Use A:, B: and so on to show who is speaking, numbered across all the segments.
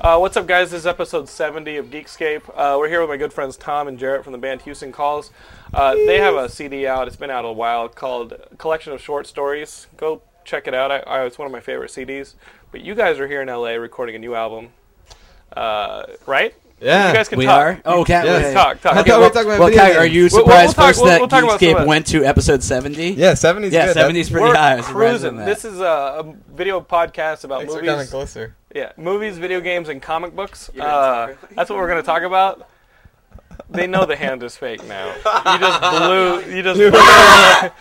A: Uh, what's up, guys? This is episode 70 of Geekscape. Uh, we're here with my good friends Tom and Jarrett from the band Houston Calls. Uh, they have a CD out, it's been out a while, called Collection of Short Stories. Go check it out. I, I, it's one of my favorite CDs. But you guys are here in LA recording a new album, uh, right?
B: Yeah,
A: You guys can
C: we
A: talk.
C: are. Oh, Cat.
B: Yes.
C: yeah, yeah.
A: Talk, talk.
B: I
A: Okay,
B: thought we
A: well-
B: were talking about
C: Well,
B: video
C: Kat,
B: games.
C: are you
A: We'll- we'll
C: surprised
A: talk-
C: first
A: we'll-
C: that
A: we'll talk about some of
C: Geekscape
A: that.
C: went to episode seventy?
B: Yeah, 70's
C: yeah,
B: good.
C: seventy's pretty
A: we're
C: high. I was surprised
A: cruising.
C: on that.
A: This is a, a video podcast about
B: Thanks for coming
A: movies,
B: closer.
A: yeah, movies, video games, and comic books.
C: You're
A: Uh, that's what we're going to talk about. They know the hand is fake now. You just blew. You just. blew- that-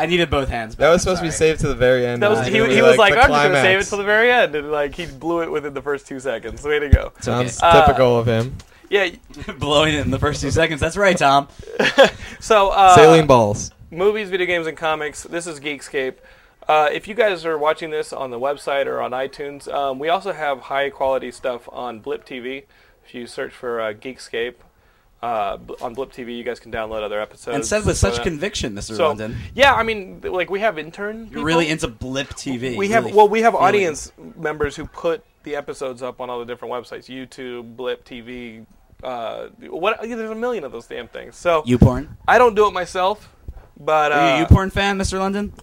C: I needed both hands.
B: That was supposed to be saved to the very end.
A: That was,
B: It's
A: he,
B: gonna be
A: he was like,
B: the
A: I'm just gonna save it
B: climax."
A: till the very end, and like he blew it within the first two seconds. Way to go!
B: Sounds
A: Uh,
B: typical of him.
A: Yeah.
C: blowing it in the first two seconds. That's right, Tom.
A: So uh,
B: Saline balls.
A: movies, video games, and comics. This is Geekscape. Uh, if you guys are watching this on the website or on iTunes, um, we also have high quality stuff on Blip TV. If you search for uh, Geekscape uh, bl- on Blip TV, you guys can download other episodes.
C: And said with
A: So
C: such
A: that-
C: conviction, Mr.
A: So
C: London.
A: yeah, I mean, th- like we have intern.
C: You're
A: people.
C: really into blip TV.
A: we have
C: really.
A: well we have
C: feeling it.
A: audience members who put the episodes up on all the different websites youtube blip tv uh, what there's a million of those damn things so
C: you porn.
A: i don't do it myself but uh,
C: Are you a you porn fan, Mr. London?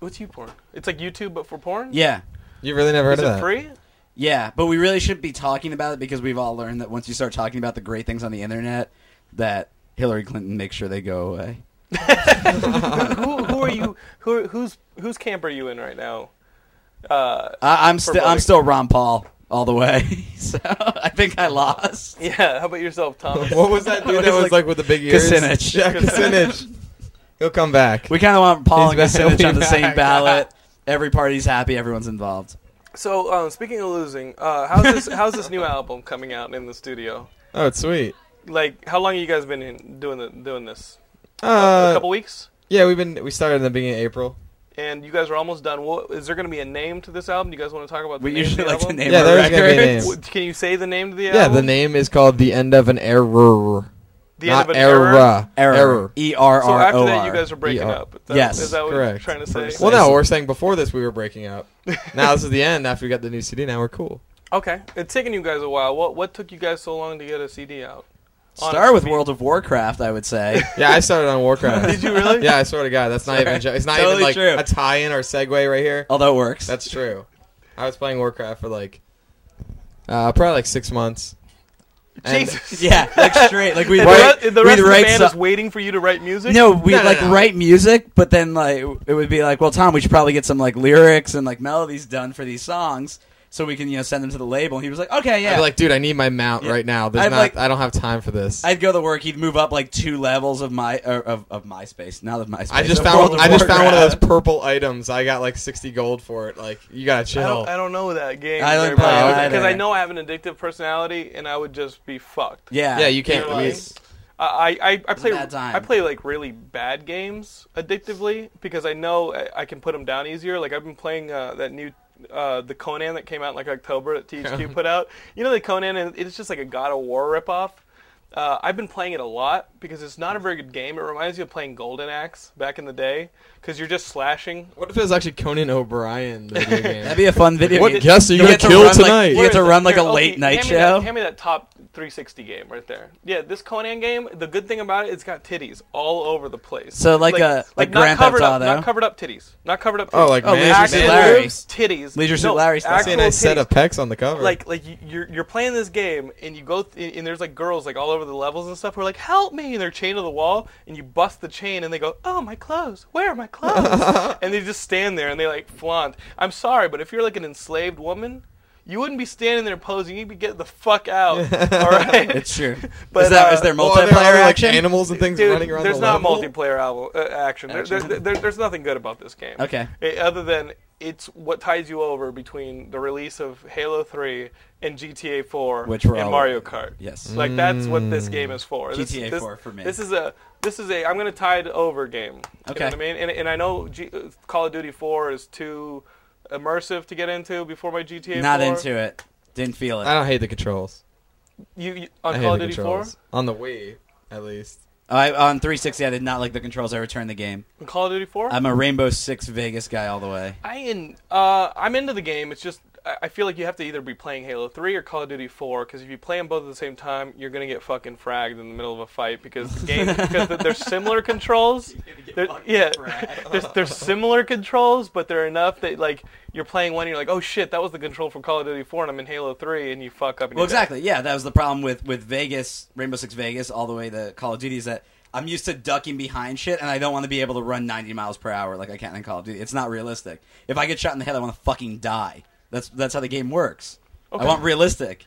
A: what's you porn it's like youtube but for porn
C: Yeah.
B: You really never heard of
A: is it
B: that.
A: free
C: Yeah, but we really shouldn't be talking about it because we've all learned that once you start talking about the great things on the internet, that Hillary Clinton makes sure they go away.
A: who, who are you who who's whose camp are you in right now uh,
C: I, I'm still I'm
A: voting.
C: still Ron Paul all the way, so I think I lost.
A: yeah how about yourself thomas
B: What was that dude that was like, with the big ears?
C: Kucinich.
B: Yeah, Kucinich. He'll come back.
C: We kind of want Paul and
B: He's back.
C: Kucinich on the
B: He's
C: same
B: back.
C: ballot. Every party's happy. Everyone's involved.
A: so um, speaking of losing uh, how's this how's this new album coming out in the studio
B: Oh, it's sweet.
A: like how long you guys been in doing the, doing this a
B: Uh,
A: couple weeks
B: yeah, we've been we started in the beginning of April.
A: and you guys are almost done. What, is there going to be a name to this album? Do you guys want to talk about? The
C: We
A: name of
C: usually
A: the
C: like to
A: album?
C: name
B: Yeah,
C: our
B: there is gonna be a
C: records.
B: name.
A: W- Can you say the name to the
B: Yeah,
A: album?
B: the name is called "The End of an Error."
A: The
B: Not
A: end of an error.
C: Error. E R
A: So
C: R
A: after
C: O
A: that, you
C: R.
A: guys are breaking
B: ER.
A: up. Is that-
C: Yes,
A: is that what you're
B: correct.
A: trying to say?
B: Well, no, we're saying before this we were breaking up. now this is the end. After we got the new CD, now we're cool.
A: okay, it's taken you guys a while. What what took you guys so long to get a CD out?
C: Start
A: Honest
C: with
A: beat.
C: World of Warcraft, I would say.
B: Yeah, I started on Warcraft.
A: Did you really?
B: Yeah, I swear to God, that's not even. Jo- it's not
C: Totally
B: even like
C: true.
B: a tie-in or segue right here.
C: Although it works.
B: That's true. I was playing Warcraft for like, uh, probably like six months. And-
A: Jesus.
C: yeah, like straight. Like we
A: And the
B: Right.
A: re- the,
C: we'd
A: rest of the
C: write
A: band
C: so-
A: is waiting for you to write music.
C: No, we
B: No,
C: would
B: no,
C: like
B: no.
C: write music, but then like it would be like, well, Tom, we should probably get some like lyrics and like melodies done for these songs so we can you know send them to the label. And he was like, okay,
B: I'd
C: yeah.
B: be like, dude, I need my mount
C: Yeah.
B: right now. There's
C: I'd
B: not,
C: like-
B: I don't have time for this. I,
C: I'd go to work. He'd move up like two levels of my or, of of MySpace, not of MySpace.
B: just
C: of
B: found.
C: World of
B: I just found one of those
C: Warcraft.
B: purple items. I got like sixty gold for it. Like, you gotta
A: I
B: chill.
A: don't, I don't know that game.
C: I don't
B: play it
A: because
C: either.
A: I know I have an addictive personality and I would just be fucked.
C: Yeah,
B: yeah, you can't.
A: You're
B: we-
A: like- I, I, I play
C: bad time.
A: I play like really bad games addictively because I know I, I can put them down easier. Like I've been playing uh, that new uh, the Conan that came out in like October that THQ put out. You know the Conan and it's just like a God of War ripoff. Uh, I've been playing it a lot because it's not a very good game. It reminds you of playing Golden Axe back in the day because you're just slashing.
B: what if it was actually Conan O'Brien? The video game?
C: that'd be a fun video.
B: What
C: game.
B: guest are you
C: You
B: gonna
C: get to
B: kill
C: run, like-
B: tonight?
C: you
A: Where
C: get to
A: is it?
C: run like
A: Here,
C: a
A: okay,
C: late night
A: hand me that-
C: show.
A: hand me that top 360 game right there. Yeah, this Conan game. The good thing about it, it's got titties all over the place.
C: So like a- like
A: not
C: Grand Theft
A: covered up,
C: Auto.
A: not covered up titties, not covered up. Titties.
B: Oh, like
C: Oh,
B: man,
C: Leisure
A: actual
C: Suit Larry.
A: titties.
C: Leisure Suit
A: no,
C: Larry stuff.
B: See a
A: Actual
B: nice set
A: titties.
B: of pecs on the cover.
A: Like like you- you're you're playing this game and you go th- and there's like girls like all over the levels and stuff who are like help me and they're chained to the wall and you bust the chain and they go oh my clothes where are my clothes and they just stand there and they like flaunt I'm sorry but if you're like an enslaved woman you wouldn't be standing there posing you'd be getting the fuck out all right
C: It's true.
A: But,
C: is that
A: uh,
C: is there
B: Well, are there
C: multiplayer
B: other, like,
C: action?
B: animals and things
A: Dude,
B: running around.
A: there's
B: the
A: not
B: level?
A: multiplayer al- uh, action. There, there,
C: Action.
A: there- there's nothing good about this game.
C: Okay.
A: Eh, other than it's what ties you over between the release of Halo 3 and GTA 4
C: Which we're
A: and
C: all-
A: Mario Kart.
C: Yes.
A: Like that's what
B: Mm.
A: this game is for. This-
C: GTA
A: this-
C: 4 for me.
A: This is a this is a I'm gonna tie it over game.
C: Okay.
A: You know what I mean, and, and I know G- uh, Call of Duty 4 is too immersive to get into before my GTA.
C: Not
A: 4.
C: into it. Didn't feel it.
B: I don't hate the controls.
A: You, you on
B: I
A: Call of
B: hate the
A: Duty 4?
B: controls. On the Wii, at least.
C: I on 360. I did not like the controls. I returned the game.
A: On Call of Duty 4?
C: I'm a Rainbow Six Vegas guy all the way.
A: I in uh, I'm into the game. It's just I- I feel like you have to either be playing Halo 3 or Call of Duty 4 because if you play them both at the same time, you're gonna get fucking fragged in the middle of a fight because the game because they're similar controls. They're, yeah, they're, they're similar controls, but they're enough that like you're playing one, and you're like, oh shit, that was the control from Call of Duty 4, and I'm in Halo 3, and you fuck up. And
C: Well,
A: you're dead.
C: exactly. Yeah, that was the problem with with Vegas, Rainbow Six Vegas, all the way to Call of Duty is that I'm used to ducking behind shit, and I don't want to be able to run 90 miles per hour like I can in Call of Duty. It's not realistic. If I get shot in the head, I want to fucking die. That's that's how the game works.
A: Okay.
C: I want realistic.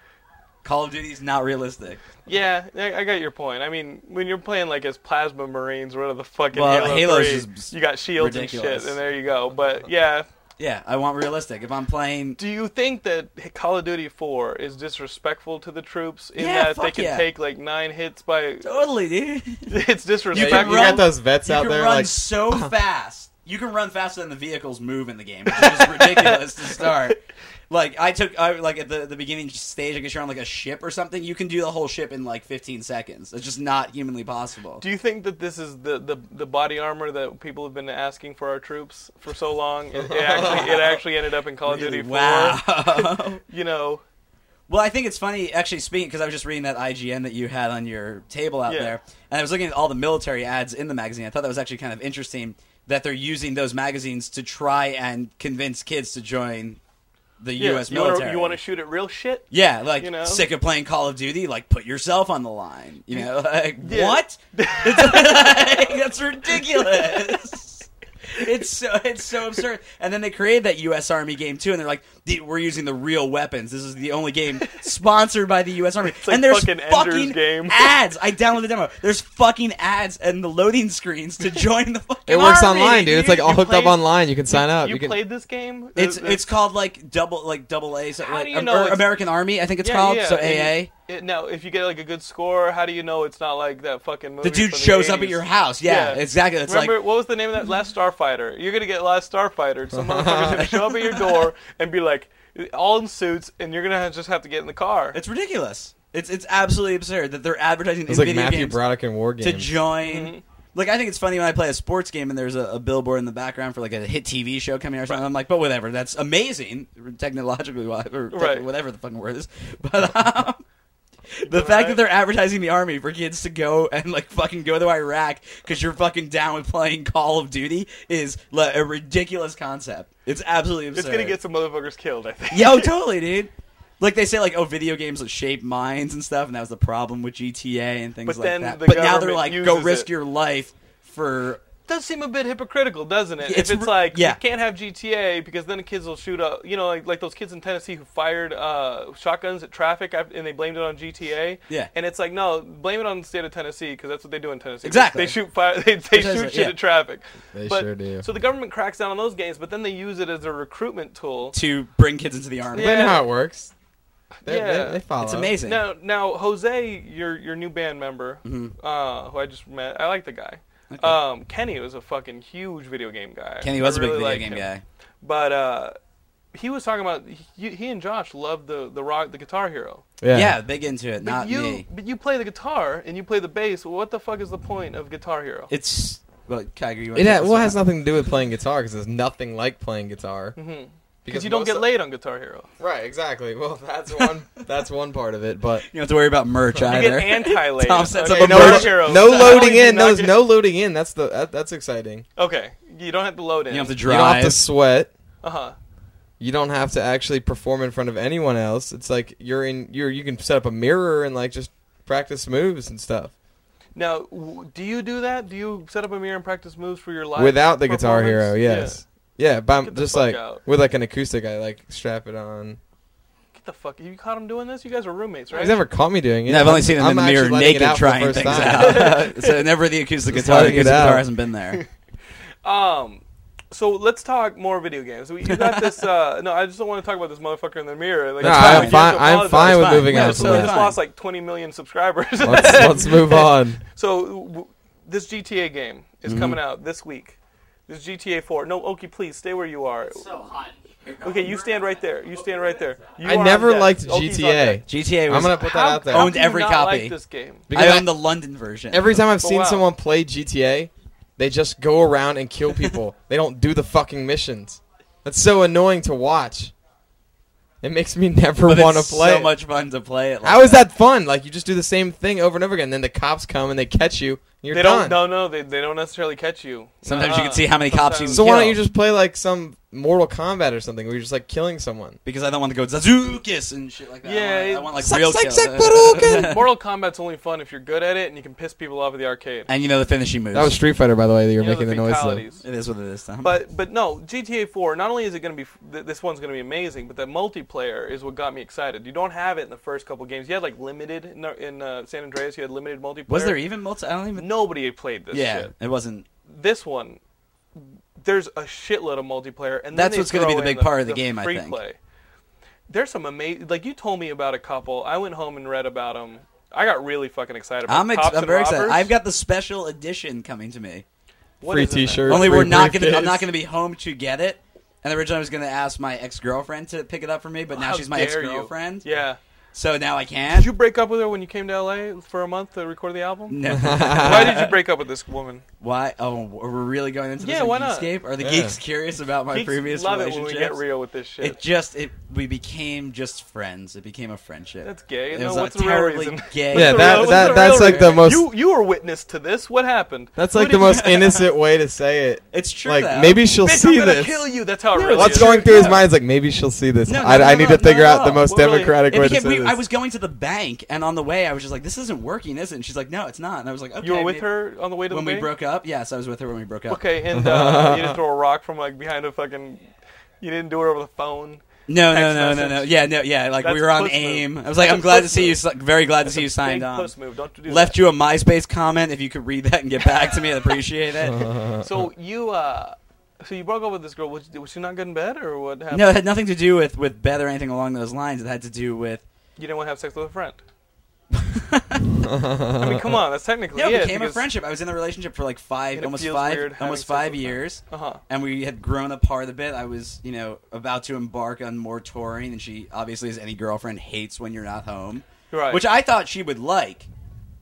C: Call of Duty is not realistic.
A: Yeah, I, I got your point. I mean, when you're playing like as plasma marines, whatever the fuck in
C: Well,
A: Halo
C: Halo's
A: 3,
C: just
A: you got shields and
C: ridiculous.
A: shit, and there you go. But yeah,
C: Yeah, I want realistic. If I'm playing,
A: do you think that Call of Duty 4 is disrespectful to the troops in
C: Yeah,
A: that they
C: fuck
A: can
C: yeah.
A: take like nine hits by?
C: totally, dude.
A: It's
B: You,
A: disrespectful.
C: can
B: got
C: run-
B: those vets
C: you
B: out
C: can
B: there
C: run
B: like
C: so fast. You can run faster than the vehicles move in the game, which is just ridiculous to start. Like I took, I like at the, the beginning stage, I guess you're on like a ship or something. You can do the whole ship in like 15 seconds. It's just not humanly possible.
A: Do you think that this is the, the, the body armor that people have been asking for our troops for so long? It, it actually it actually ended up in Call of Duty 4.
C: wow.
A: You know,
C: well, I think it's funny actually speaking because I was just reading that IGN that you had on your table out
A: Yeah.
C: there, and I was looking at all the military ads in the magazine. I thought that was actually kind of interesting that they're using those magazines to try and convince kids to join the
A: yeah,
C: U.S.
A: you wanna-
C: military.
A: you want to shoot at real shit?
C: Yeah, like
A: You know?
C: sick of playing Call of Duty, like put yourself on the line. You know, like
A: Yeah.
C: what? It's like, that's ridiculous. It's so it's so absurd. And then they created that U.S. Army game too, and they're like, "The- "We're using the real weapons. This is the only game sponsored by the U.S. Army."
A: like
C: and there's
A: fucking Ender's Game.
C: ads. I downloaded the demo. There's fucking ads and the loading screens to join the fucking.
B: it works
C: army,
B: online, dude. It's like all hooked up
A: played-
B: online. You can sign up.
A: you,
B: You can
A: played this game? The-
C: It's
A: the-
C: it's called like double like double A, so
A: How
C: like
A: do you
C: um,
A: know
C: or
A: it's-
C: American Army. I think it's
A: Yeah,
C: called
A: yeah,
C: so
A: and
C: AA.
A: you- it- now, if you get like a good score, how do you know it's not like that fucking movie?
C: the dude
A: from
C: shows up at
A: 80s?
C: your house. Yeah,
A: Yeah.
C: exactly. It's
A: Remember
C: like
A: what was the name of that Last Starfighter? You're gonna get Last Starfighter. and Some motherfucker's gonna show up at your door and be like, all in suits, and you're gonna have- just have to get in the car.
C: it's ridiculous. It's it's absolutely absurd that they're advertising in
B: it's like
C: video
B: Matthew
C: games
B: Broderick in War
C: to
B: Games.
C: join.
A: Mm-hmm.
C: Like I think it's funny when I play a sports game and there's a, a billboard in the background for like a hit TV show coming out or something. I'm like, but whatever, that's amazing technologically, wise, or tech-
A: Right.
C: whatever the fucking word is. But um, the fact
A: Right.
C: that they're advertising the army for kids to go and like fucking go to Iraq because you're fucking down with playing Call of Duty is like, a ridiculous concept. It's absolutely absurd.
A: It's gonna get some motherfuckers killed. I think.
C: Yo, oh, totally, dude. Like they say, like oh, video games that shape minds and stuff, and that was the problem with GTA and things
A: But
C: like
A: then
C: that.
A: the
C: but now they're
A: government
C: like, go
A: uses
C: risk
A: it.
C: your life for.
A: does seem a bit hypocritical, doesn't it?
C: It's
A: if it's
C: re-
A: like
C: yeah.
A: you can't have GTA because then the kids will shoot up. You know, like, like those kids in Tennessee who fired uh, shotguns at traffic af- and they blamed it on GTA.
C: Yeah.
A: And it's like no, blame it on the state of Tennessee because that's what they do in Tennessee. They-
C: Exactly.
A: They shoot fire. They, they
C: Precisely,
A: shoot shit
C: yeah.
A: at traffic.
B: They
A: But-
B: sure do.
A: So the government cracks down on those games, but then they use it as a recruitment tool.
C: To bring kids into the army,
B: They
A: Yeah.
B: know how it works. They,
A: Yeah.
B: they, they follow.
C: it's amazing.
A: Now, now Jose, your your new band member, uh, who I just met, I like the guy. Um, Kenny was a fucking huge video game guy.
C: Kenny was a
A: I
C: big
A: really
C: video
A: like
C: game
A: him.
C: guy.
A: But uh, he was talking about he, he and Josh loved the the rock the Guitar Hero.
C: Yeah.
B: Yeah.
C: big into it.
A: But
C: Not
A: you
C: me.
A: but you play the guitar and you play the bass. What the fuck is the point of Guitar Hero?
C: It's well, Kyger, you wanna
B: It
C: take
B: ha-
C: this
B: well
C: one?
B: has nothing to do with playing guitar because there's nothing like playing guitar.
A: Mhm.
B: Because
A: Because you don't
B: most
A: get
B: of-
A: laid on Guitar Hero.
B: Right, exactly. Well, that's one. that's one part of it, but
C: You don't have to worry about merch
A: You
C: either.
A: get anti laid.
C: Tom sets up
B: Hey,
C: a
B: no,
C: merch.
B: lo-
A: Guitar Hero.
B: no
A: Not
B: loading
A: only do you
B: in.
A: not
B: No,
A: get-
B: no loading in. That's the that, that's exciting.
A: Okay, you don't have to load in.
C: You don't have to
B: You don't have to
C: drive.
B: sweat.
A: Uh huh.
B: You don't have to actually perform in front of anyone else. It's like you're in. You're you can set up a mirror and like just practice moves and stuff
A: Now, w- do you do that? Do you set up a mirror and practice moves for your life?
B: without the Guitar Hero.
A: performance?
B: Yes. Yeah, but I'm
A: Get the
B: just
A: fuck
B: like
A: out.
B: with like an acoustic, I like strap it on.
A: Yeah. Get the fuck. You caught him doing this? You guys were roommates, right?
B: He's never caught me doing it.
C: No, I've only seen him
B: I'm
C: in the
B: actually
C: mirror
B: letting it
C: naked
B: out for the
C: trying
B: first
C: things
B: time.
C: out. so never the acoustic
B: Just
C: guitar. The
B: letting it
C: acoustic guitar
B: out.
C: hasn't been there.
A: Um, so let's talk more video games. We, you got this. Uh, no, I just don't want to talk about this motherfucker in the mirror. Like,
B: No,
C: fine.
A: it's
B: I'm
A: like, you
B: fine.
A: have to
B: I'm
A: apologize.
B: fine with
C: It's fine.
B: moving
A: Yeah,
B: on
C: It's
B: from
A: so we
B: that.
A: just
C: fine.
A: lost like 20 million subscribers.
B: Let's let's move on. Mm-hmm.
A: so w- this GTA game is coming out this week. This GTA 4. No, Oki, please stay where you are.
D: so hot.
A: Okay, you stand right there. You stand right there. You
B: I
A: are on
B: never
A: deck.
B: liked
A: Oki's on deck.
B: GTA.
C: GTA. Was,
B: I'm gonna put that
A: How-
B: out there.
A: how
C: Owned
A: do you
C: every
A: not
C: copy.
A: Like this game.
B: Because
C: I
B: I-
C: own the London version.
B: Every time I've
A: Oh,
B: seen
A: wow.
B: someone play GTA, they just go around and kill people. they don't do the fucking missions. That's so annoying to watch. It makes me never
C: But
B: want to
C: it's
B: play.
C: so
B: it.
C: much fun to play it. Like
B: How is that fun? Like you just do the same thing over and over again. Then the cops come and they catch you. And you're
A: they
B: done.
A: don't. No, no, they, they don't necessarily catch you.
C: Sometimes you
A: Uh-uh.
C: can see how many cops you
A: Sometimes.
C: can
B: so why don't
C: kill.
B: you just play like some Mortal Kombat or something where you're just like killing someone?
C: because I don't want to go Zazukis and shit like that.
A: Yeah,
C: I want, I
A: it-
C: want like
B: Suck,
C: real
B: suck,
C: kills.
B: suck, Hadouken!
A: Mortal Kombat's only fun if you're good at it and you can piss people off at the arcade.
C: and you know the finishing moves.
B: That was Street Fighter, by the way. That you're
A: You know,
B: making the, noise. Though.
A: fatalities.
C: It is what it is. Tom.
A: But but no, GTA 4. Not only is it going to be f- th- this one's going to be amazing, but the multiplayer is what got me excited. You don't have it in the first couple games. You had like limited in, the- in uh, San Andreas. You had limited multiplayer.
C: was there even multi? I don't even.
A: Nobody played this.
C: yeah,
A: shit.
C: it wasn't.
A: This one, there's a shitload of multiplayer, and then
C: That's
A: they
C: what's gonna be
A: throw
C: the
A: in
C: big part of the game, I
A: free
C: think.
A: Play. There's some amazing. Like you told me about a couple. I went home and read about them. I got really fucking excited. About
C: I'm, ex-
A: Cops
C: I'm
A: and
C: very excited.
A: Robbers.
C: I've got the special edition coming to me.
A: What
B: Free
A: is in there?
B: T-shirt.
C: Only
B: free
C: we're not gonna. I'm
B: briefcase.
C: not gonna be home to get it. And originally I was gonna ask my ex girlfriend to pick it up for me, but now
A: How
C: she's my ex
A: dare you.
C: girlfriend.
A: Yeah.
C: So now I can't.
A: Did you break up with her when you came to LA for a month to record the album?
C: No.
A: Why did you break up with this woman?
C: why? Oh, we're really going into this
A: Yeah,
C: in
A: why not?
C: Geekscape? Are the
B: Yeah.
C: geeks curious about my
A: Geeks
C: previous
A: love it when
C: relationships?
A: we get real with this shit.
C: It just it we became just friends. It became a friendship.
A: That's gay.
C: It
A: No,
C: was
A: what's
C: a
A: the real
C: terribly
A: reason?
C: gay.
B: Yeah,
A: What's the
B: that-
A: real- what's
B: that-
A: the
B: that's
A: real
B: like the
A: reason?
B: most-
A: You you were witness to this. What happened?
B: That's
A: Who
B: like the
A: did you-
B: most innocent way to say it.
C: It's true.
B: like
C: though.
B: maybe she'll
A: Bitch,
B: see
A: I'm gonna
B: this.
A: kill you. That's how it
C: Yeah,
A: really
C: let's
B: What's
A: is.
C: go-
B: going through his
C: Yeah.
B: mind is like maybe she'll see this.
C: No, no,
B: I, I
C: no,
B: need
C: no,
B: to figure
C: no,
B: out
C: no.
B: the most
A: Well, really,
B: democratic
C: It
B: way to
C: became-
B: say
C: we-
B: this.
C: I was going to the bank, and on the way, I was just like, "This isn't working, is it?" And she's like, "No, it's not." And I was like, "Okay."
A: You were with
C: maybe-
A: her on the way to
C: when
A: the
C: we
A: bank?
C: broke up. Yes, I was with her when we broke up.
A: Okay, and uh, you didn't throw a rock from like behind a fucking. You didn't do it over the phone.
C: No, no,
A: Text
C: no, no,
A: message.
C: no. Yeah, no, yeah. Like
A: That's
C: we were on
A: puss move.
C: AIM. I was like,
A: That's
C: "I'm
A: a
C: glad to
A: puss
C: see you.
A: move.
C: si- Very glad to
A: That's
C: see
A: a
C: you signed
A: big
C: on."
A: Puss move. Don't do that.
C: Left you a MySpace comment. If you could read that and get back to me, I'd appreciate it.
A: So you, uh, so you broke up with this girl. Was, was she not good in bed, or what happened?
C: No, it had nothing to do with with Beth or anything along those lines. It had to do with
A: you didn't want to have sex with a friend. I mean, come on, that's technically
C: no,
A: it.
C: it became a friendship. I was in the relationship for like five,
A: And it
C: almost
A: feels weird
C: five,
A: having
C: almost
A: sex with
C: five
A: friends.
C: years,
A: Uh huh.
C: and we had grown apart a bit. I was, you know, about to embark on more touring, and she obviously, as any girlfriend, hates when you're not home,
A: Right.
C: which I thought she would like.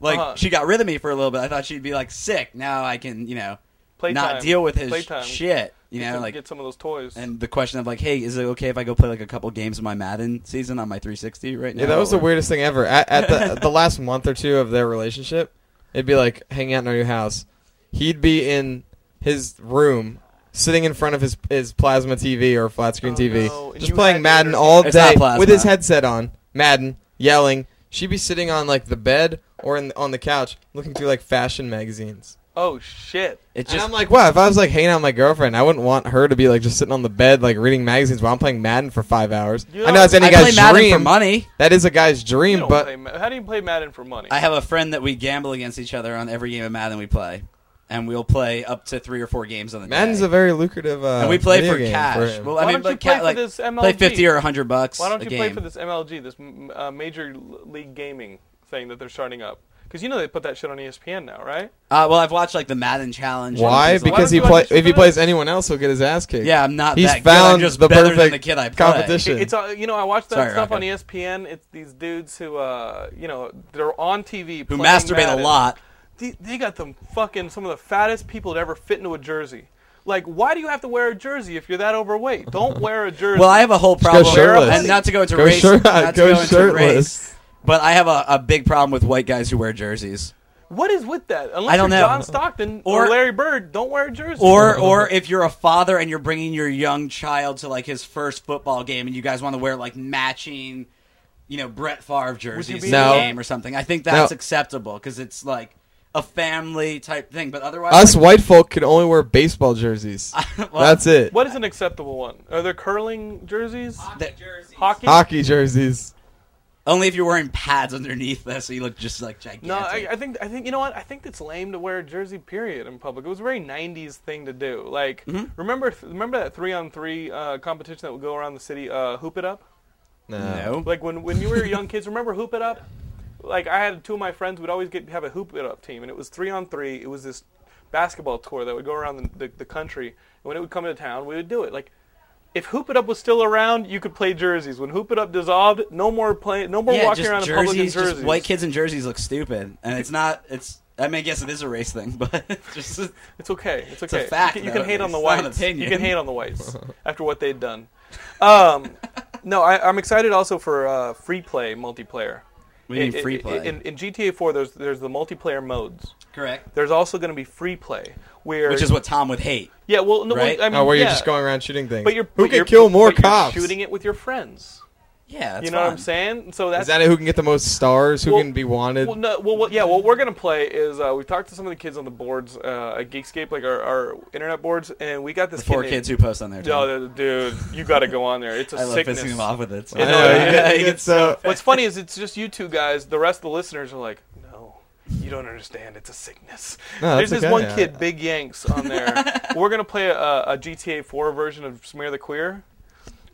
C: Like
A: Uh-huh.
C: she got rid of me for a little bit. I thought she'd be like sick. Now I can, you know,
A: Playtime.
C: not deal with his
A: Playtime.
C: shit. You
A: get
C: know,
A: some,
C: like
A: get some of those toys.
C: and the question of like, hey, is it okay if I go play like a couple games of my Madden season on my 360 right now?
B: Yeah, that was the
C: Or-
B: weirdest thing ever. At, at the the last month or two of their relationship, it'd be like hanging out in our new house. He'd be in his room, sitting in front of his his plasma TV or flat screen
A: Oh,
B: TV,
A: no. And
B: just
A: you
B: playing
A: had
B: Madden
A: internet.
B: all
C: It's
B: day
C: not plasma.
B: with his headset on, Madden yelling. She'd be sitting on like the bed or in, on the couch, looking through like fashion magazines.
A: oh shit!
C: It
B: and
C: just
B: I'm like, wow! If I was like hanging out with my girlfriend, I wouldn't want her to be like just sitting on the bed like reading magazines while I'm playing Madden for five hours.
A: You
B: I know
A: know,
B: that's any
C: I play
B: guy's
C: Madden
B: dream.
C: for money.
B: That is a guy's
A: You
B: dream,
A: don't
B: but
A: play Ma- how do you play Madden for money?
C: I have a friend that we gamble against each other on every game of Madden we play, and we'll play up to three or four games on the
B: Madden's
C: day.
B: a very lucrative. Uh,
C: and we play
B: video
C: for
B: game
C: cash.
B: him.
C: well,
A: Why
C: I mean,
A: don't
C: but
A: you play
C: ca-
A: for
C: like
A: this
C: play
A: MLG?
C: fifty or hundred bucks.
A: Why don't
C: a
A: you
C: game.
A: play for this MLG, this m- uh, Major L- League Gaming thing that they're starting up? Because you know they put that shit on E ESPN now, right?
C: Uh, well, I've watched like the Madden challenge. and
B: why?
C: things like-
B: Because
A: don't
B: he
A: you
B: play.
A: audition
B: If he
A: for
B: plays
A: this?
B: anyone else, he'll get his ass kicked.
C: yeah, I'm not.
B: he's
C: that good. I'm
B: found
C: just
B: the
C: better than
B: perfect
C: the kid I play.
B: competition.
A: It- It's uh, you know I watch that
C: Sorry,
A: stuff
C: Rocco.
A: on E ESPN. It's these dudes who uh, you know they're on TV
C: Who
A: playing
C: masturbate
A: Madden.
C: a lot?
A: They, they got them fucking some of the fattest people to ever fit into a jersey. Like, why do you have to wear a jersey if you're that overweight? Don't wear a jersey.
C: Well, I have a whole problem.
B: shirtless.
C: And not to go into
B: Go
C: race,
B: shirt-
C: not to
B: go
C: go, into
B: shirtless.
C: race, but I have a, a big problem with white guys who wear jerseys.
A: What is with that? Unless
C: I don't
A: you're
C: know.
A: John Stockton
C: Or-
A: or Larry Bird, don't wear a jersey.
C: Or, or if you're a father and you're bringing your young child to like his first football game, and you guys want to wear like matching, you know, Brett Favre jerseys
A: be
C: to the
B: No.
C: game or something, I think that's
B: No.
C: acceptable because it's like a family type thing. But otherwise,
B: Us
C: like,
B: white folk can only wear baseball jerseys.
C: Well,
B: That's it.
A: what is an acceptable one? Are there curling jerseys?
C: that-
A: Hockey?
B: Hockey jerseys.
C: only if you're wearing pads underneath this, so you look just like gigantic.
A: No, I, I think I think you know what? I think it's lame to wear a jersey. Period in public. It was a very '90s thing to do. Like,
C: Mm-hmm.
A: remember remember that three on three uh, competition that would go around the city? Uh, hoop it up.
C: no.
A: Like when when you were young kids, remember hoop it up? Like I had two of my friends would always get have a hoop it up team, and it was three on three. It was this basketball tour that would go around the, the, the country. And when it would come to town, we would do it. Like if hoop it up was still around, you could play jerseys. When hoop it up dissolved, no more play, no more
C: yeah,
A: walking
C: just
A: around in
C: jerseys,
A: public in
C: just
A: jerseys.
C: white kids in jerseys look stupid, and it's not. It's I mean, I guess it is a race thing, but it's just
A: It's okay. It's
C: a
A: okay.
C: fact,
A: You can, you
C: though,
A: can hate
C: at
A: on the
C: least. It's not an
A: whites.
C: opinion.
A: You can hate on the whites after what they've done. Um, No, I, I'm excited also for uh, free play multiplayer.
C: We need
A: I- I-
C: free play.
A: In, in GTA 4, there's there's the multiplayer modes.
C: Correct.
A: There's also going to be free play, where
C: Which is what Tom would hate.
A: yeah, well, no, well,
C: right?
A: I mean,
B: Oh, where you're
A: yeah.
B: just going around shooting things.
A: but you're
B: who
A: but
B: can
A: you're-
B: kill more
A: but you're
B: cops?
A: shooting it with your friends.
C: Yeah, that's
A: you know what I'm
C: fine.
A: saying? So that's
B: Is that it? Who can get the most stars? Who
A: Well-
B: can be wanted?
A: Well, no, well, what, yeah. What we're gonna play is uh, we talked to some of the kids on the boards uh, at Geekscape, like our, our internet boards, and we got this
C: The four
A: kid
C: kids who post on there. Tom.
A: No, the- dude, you got to go on there. It's a
C: I love
A: sickness.
C: pissing him off with it. so-
A: I know,
B: I know,
A: yeah,
B: you get-
A: it
B: you get so-
A: What's funny is it's just you two guys. The rest of the listeners are like, no, you don't understand. It's a sickness.
B: No,
A: There's
B: that's
A: this
B: okay,
A: one
B: yeah.
A: kid, Big Yanks, on there. We're gonna play a, a GTA 4 version of Smear the Queer,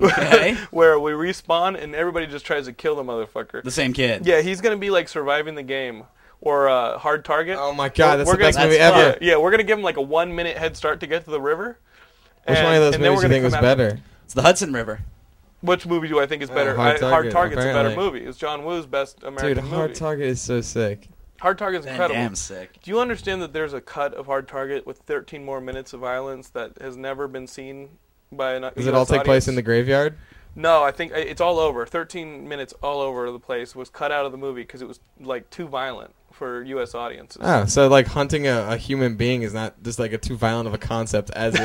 C: Okay.
A: where we respawn and everybody just tries to kill the motherfucker.
C: The same kid.
A: Yeah, he's gonna be like surviving the game or uh, hard target.
B: oh my god, that's
A: We're
B: the best
A: gonna-
B: movie
C: that's
B: ever.
A: Yeah, yeah, we're gonna give him like a one minute head start to get to the river.
B: Which
A: and-
B: one of those
A: and then
B: movies
A: we're
B: do you
A: gonna
B: think was
A: come after-
B: better?
C: It's the Hudson River.
A: Which movie do I think is
B: Oh,
A: better?
B: Hard
A: I- Hard
B: Target,
A: Target's a better
B: apparently.
A: movie. It's John Woo's best
B: Dude,
A: American
B: Hard
A: movie.
B: Target is so sick.
A: Hard Target's
C: Man,
A: incredible.
C: damn sick.
A: Do you understand that there's a cut of Hard Target with 13 more minutes of violence that has never been seen by an
B: Does
A: US
B: it all take place
A: audience?
B: in the graveyard?
A: No, I think uh, it's all over. 13 minutes all over the place was cut out of the movie because it was like too violent for U.S. audiences.
B: Oh, so like hunting a, a human being is not just like a too violent of a concept as it is.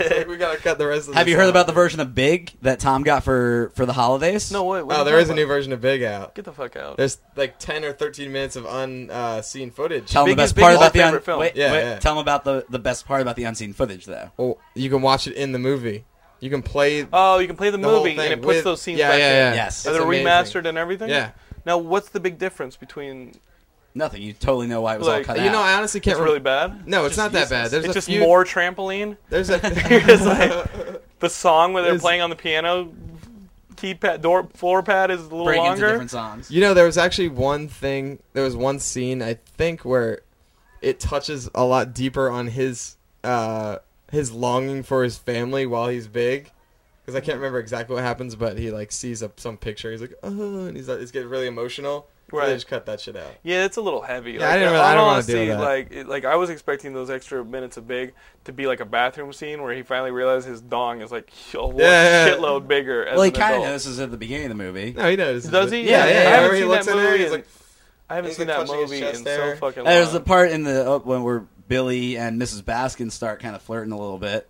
B: It's like, we gotta cut the rest of.
C: Have
B: this
C: you heard
B: out.
C: about the version of Big that Tom got for for the holidays?
A: No, wait. what are
B: Oh,
A: you
B: there is a
A: talking
B: new
A: about?
B: version of Big out.
A: Get the fuck out.
B: There's like ten or thirteen minutes of unseen uh, seen footage.
C: Tell him the
A: Big is-
C: best
A: Big
C: part
A: is my
C: about the
A: favorite film.
C: Wait,
B: Yeah,
C: wait,
B: yeah.
C: Tell him about the the best part about the unseen footage though.
B: Well, you can watch it in the movie. You can play.
A: Oh, you can play the,
B: the whole
A: movie
B: thing
A: and it puts
B: with-
A: those scenes
B: yeah,
A: back
B: yeah,
A: in.
B: yeah.
C: Yes.
A: Are they
B: It's amazing.
A: remastered and everything?
B: Yeah.
A: Now, what's the big difference between
C: Nothing. You totally know why it was
A: Like,
C: all cut
B: You know,
C: out.
B: I honestly can't.
A: it's
B: rem-
A: really bad?
B: No, it's
C: just
B: not that bad.
C: useless.
B: There's
A: it's
B: a
A: just
B: few.
A: more trampoline.
B: There's
A: You're just
B: a.
A: like the song where they're
B: It's-
A: playing on the piano keypad door floor pad is a little
C: Break into
A: longer.
C: different songs.
B: You know, there was actually one thing. There was one scene I think where it touches a lot deeper on his uh, his longing for his family while he's big. Because I can't remember exactly what happens, but he like sees a, some picture. He's like, oh, and he's like, it's getting really emotional. Right.
A: Right.
B: they just cut that shit out.
A: Yeah, it's a little heavy.
B: Yeah, I didn't really- I don't wanna do that.
A: like it, like I was expecting those extra minutes of big to be like a bathroom scene where he finally realized his dong is like a whole
B: Yeah, yeah.
A: shitload bigger. As
C: Well, he
A: an
C: kind of
A: adult.
C: notices at the beginning of the movie.
B: No, he knows.
A: Does he?
B: Yeah, yeah.
C: Yeah,
B: yeah.
C: I haven't
B: Whenever he
A: seen
B: looks
A: that
B: in there,
A: movie
B: he's
A: and-
B: like,
A: I haven't
B: He's,
A: seen
B: like,
A: that
B: clutching his
A: movie in
B: chest
A: so
B: there.
A: fucking long.
C: There's the part in the oh, when where Billy and Mrs. Baskin start kind of flirting a little bit.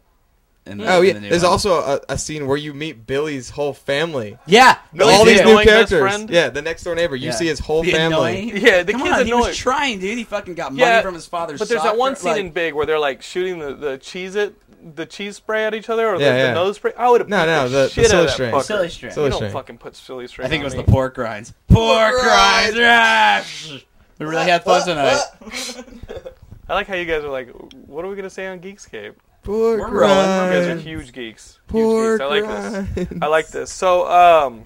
C: In the,
B: oh
C: in
B: yeah.
C: the new
B: There's
C: one.
B: also a, a scene where you meet Billy's whole family.
C: yeah.
A: Billy's
B: all
A: the
B: these new
A: annoying best
B: characters.
A: friend?
B: Yeah, the next door neighbor. You
C: Yeah.
B: see his whole
C: The
B: family.
C: annoying-
A: Yeah, the
C: Come
A: kid's
C: on, He
A: annoying.
C: was trying, dude. He fucking got money
A: Yeah,
C: from his father's.
A: But there's that
C: soccer-
A: one scene
C: like-
A: in Big where they're like shooting the, the cheese it the cheese spray at each other or the,
B: Yeah,
A: the
B: yeah.
A: nose spray. I would have
B: No, no,
A: the,
B: the- the
A: shit out
B: silly
A: of that
B: string.
A: fucker.
C: Silly string.
B: Silly
A: you don't
B: string.
A: fucking put silly string.
C: I think it was
A: on
C: the
A: me.
C: pork rinds. Pork rinds. Rash. We really had fun tonight.
A: I like how you guys are like, what are we gonna say on Geekscape?
B: Pork
C: We're rolling.
A: You guys are
B: rinds.
A: huge geeks.
B: Pork
A: huge geeks. I like this.
B: rinds.
A: I like this. So um,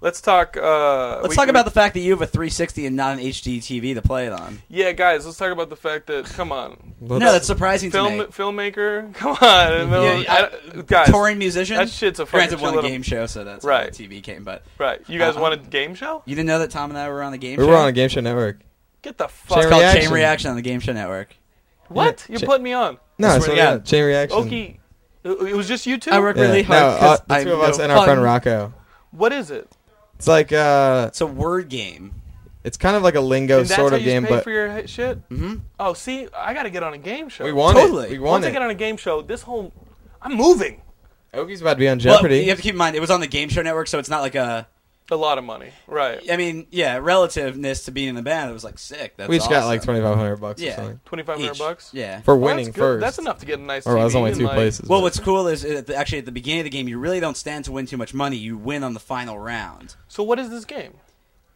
A: let's talk. Uh,
C: Let's
A: we-
C: talk
A: we-
C: about the fact that you have a 360 and not an HD TV to play it on.
A: yeah, guys. Let's talk about the fact that come on,
B: Let's-
C: no, that's surprising
A: film
C: to me.
A: filmmaker, come on, in the middle of-
C: Yeah, I-
A: I- guys.
C: touring musician.
A: that shit's a fucking
C: granted one
A: chill
C: game show, so that's
A: Right.
C: right. TV came, but
A: Right, you guys
C: Uh-uh.
A: wanted game show?
C: you didn't know that Tom and I were on the game.
B: We
C: show?
B: were on a game show network.
A: Get the
C: It's
A: fuck.
B: Chain
C: called
B: Reaction.
C: Chain Reaction on the Game Show Network.
A: What?
B: Yeah.
A: You're
B: Ch-
A: putting me on.
B: No,
C: That's
B: it's
C: what-
B: really
C: yeah.
B: not. Chain reaction.
A: Okie, it it was just you two.
C: I work
B: Yeah.
C: really hard.
B: No,
C: 'cause
B: uh, the
C: I'm
B: two of us
C: no
B: and our friend
C: fun.
B: Rocco.
A: What is it?
B: It's like uh,
C: It's a word game.
B: it's kind of like a lingo
A: And that's
B: sort
A: how
B: of
A: you
B: game,
A: pay
B: but
A: for your hit- shit.
C: hmm
A: Oh, see, I got to get on a game show.
B: we won
C: Totally.
B: it. We won
A: Once I get
B: it.
A: on a game show, this whole I'm moving
B: Okie's about to be on
C: Well,
B: Jeopardy.
C: you have to keep in mind it was on the Game Show Network, so it's not like a.
A: a lot of money. Right,
C: I mean, yeah, relativeness to being in the band. It was like sick. That's
B: we each got like
C: awesome.
B: twenty five hundred bucks or
C: Yeah.
B: something
A: twenty five hundred
C: Each.
A: bucks.
C: Yeah.
B: for
A: Well,
B: winning
A: that's good.
B: first.
A: That's enough to get a nice.
B: Or well, it was
A: TV
B: only
A: and,
B: two
A: like-
B: places.
C: Well, what's cool is at the, actually at the beginning of the game, you really don't stand to win too much money. You win on the final round.
A: So what is this game?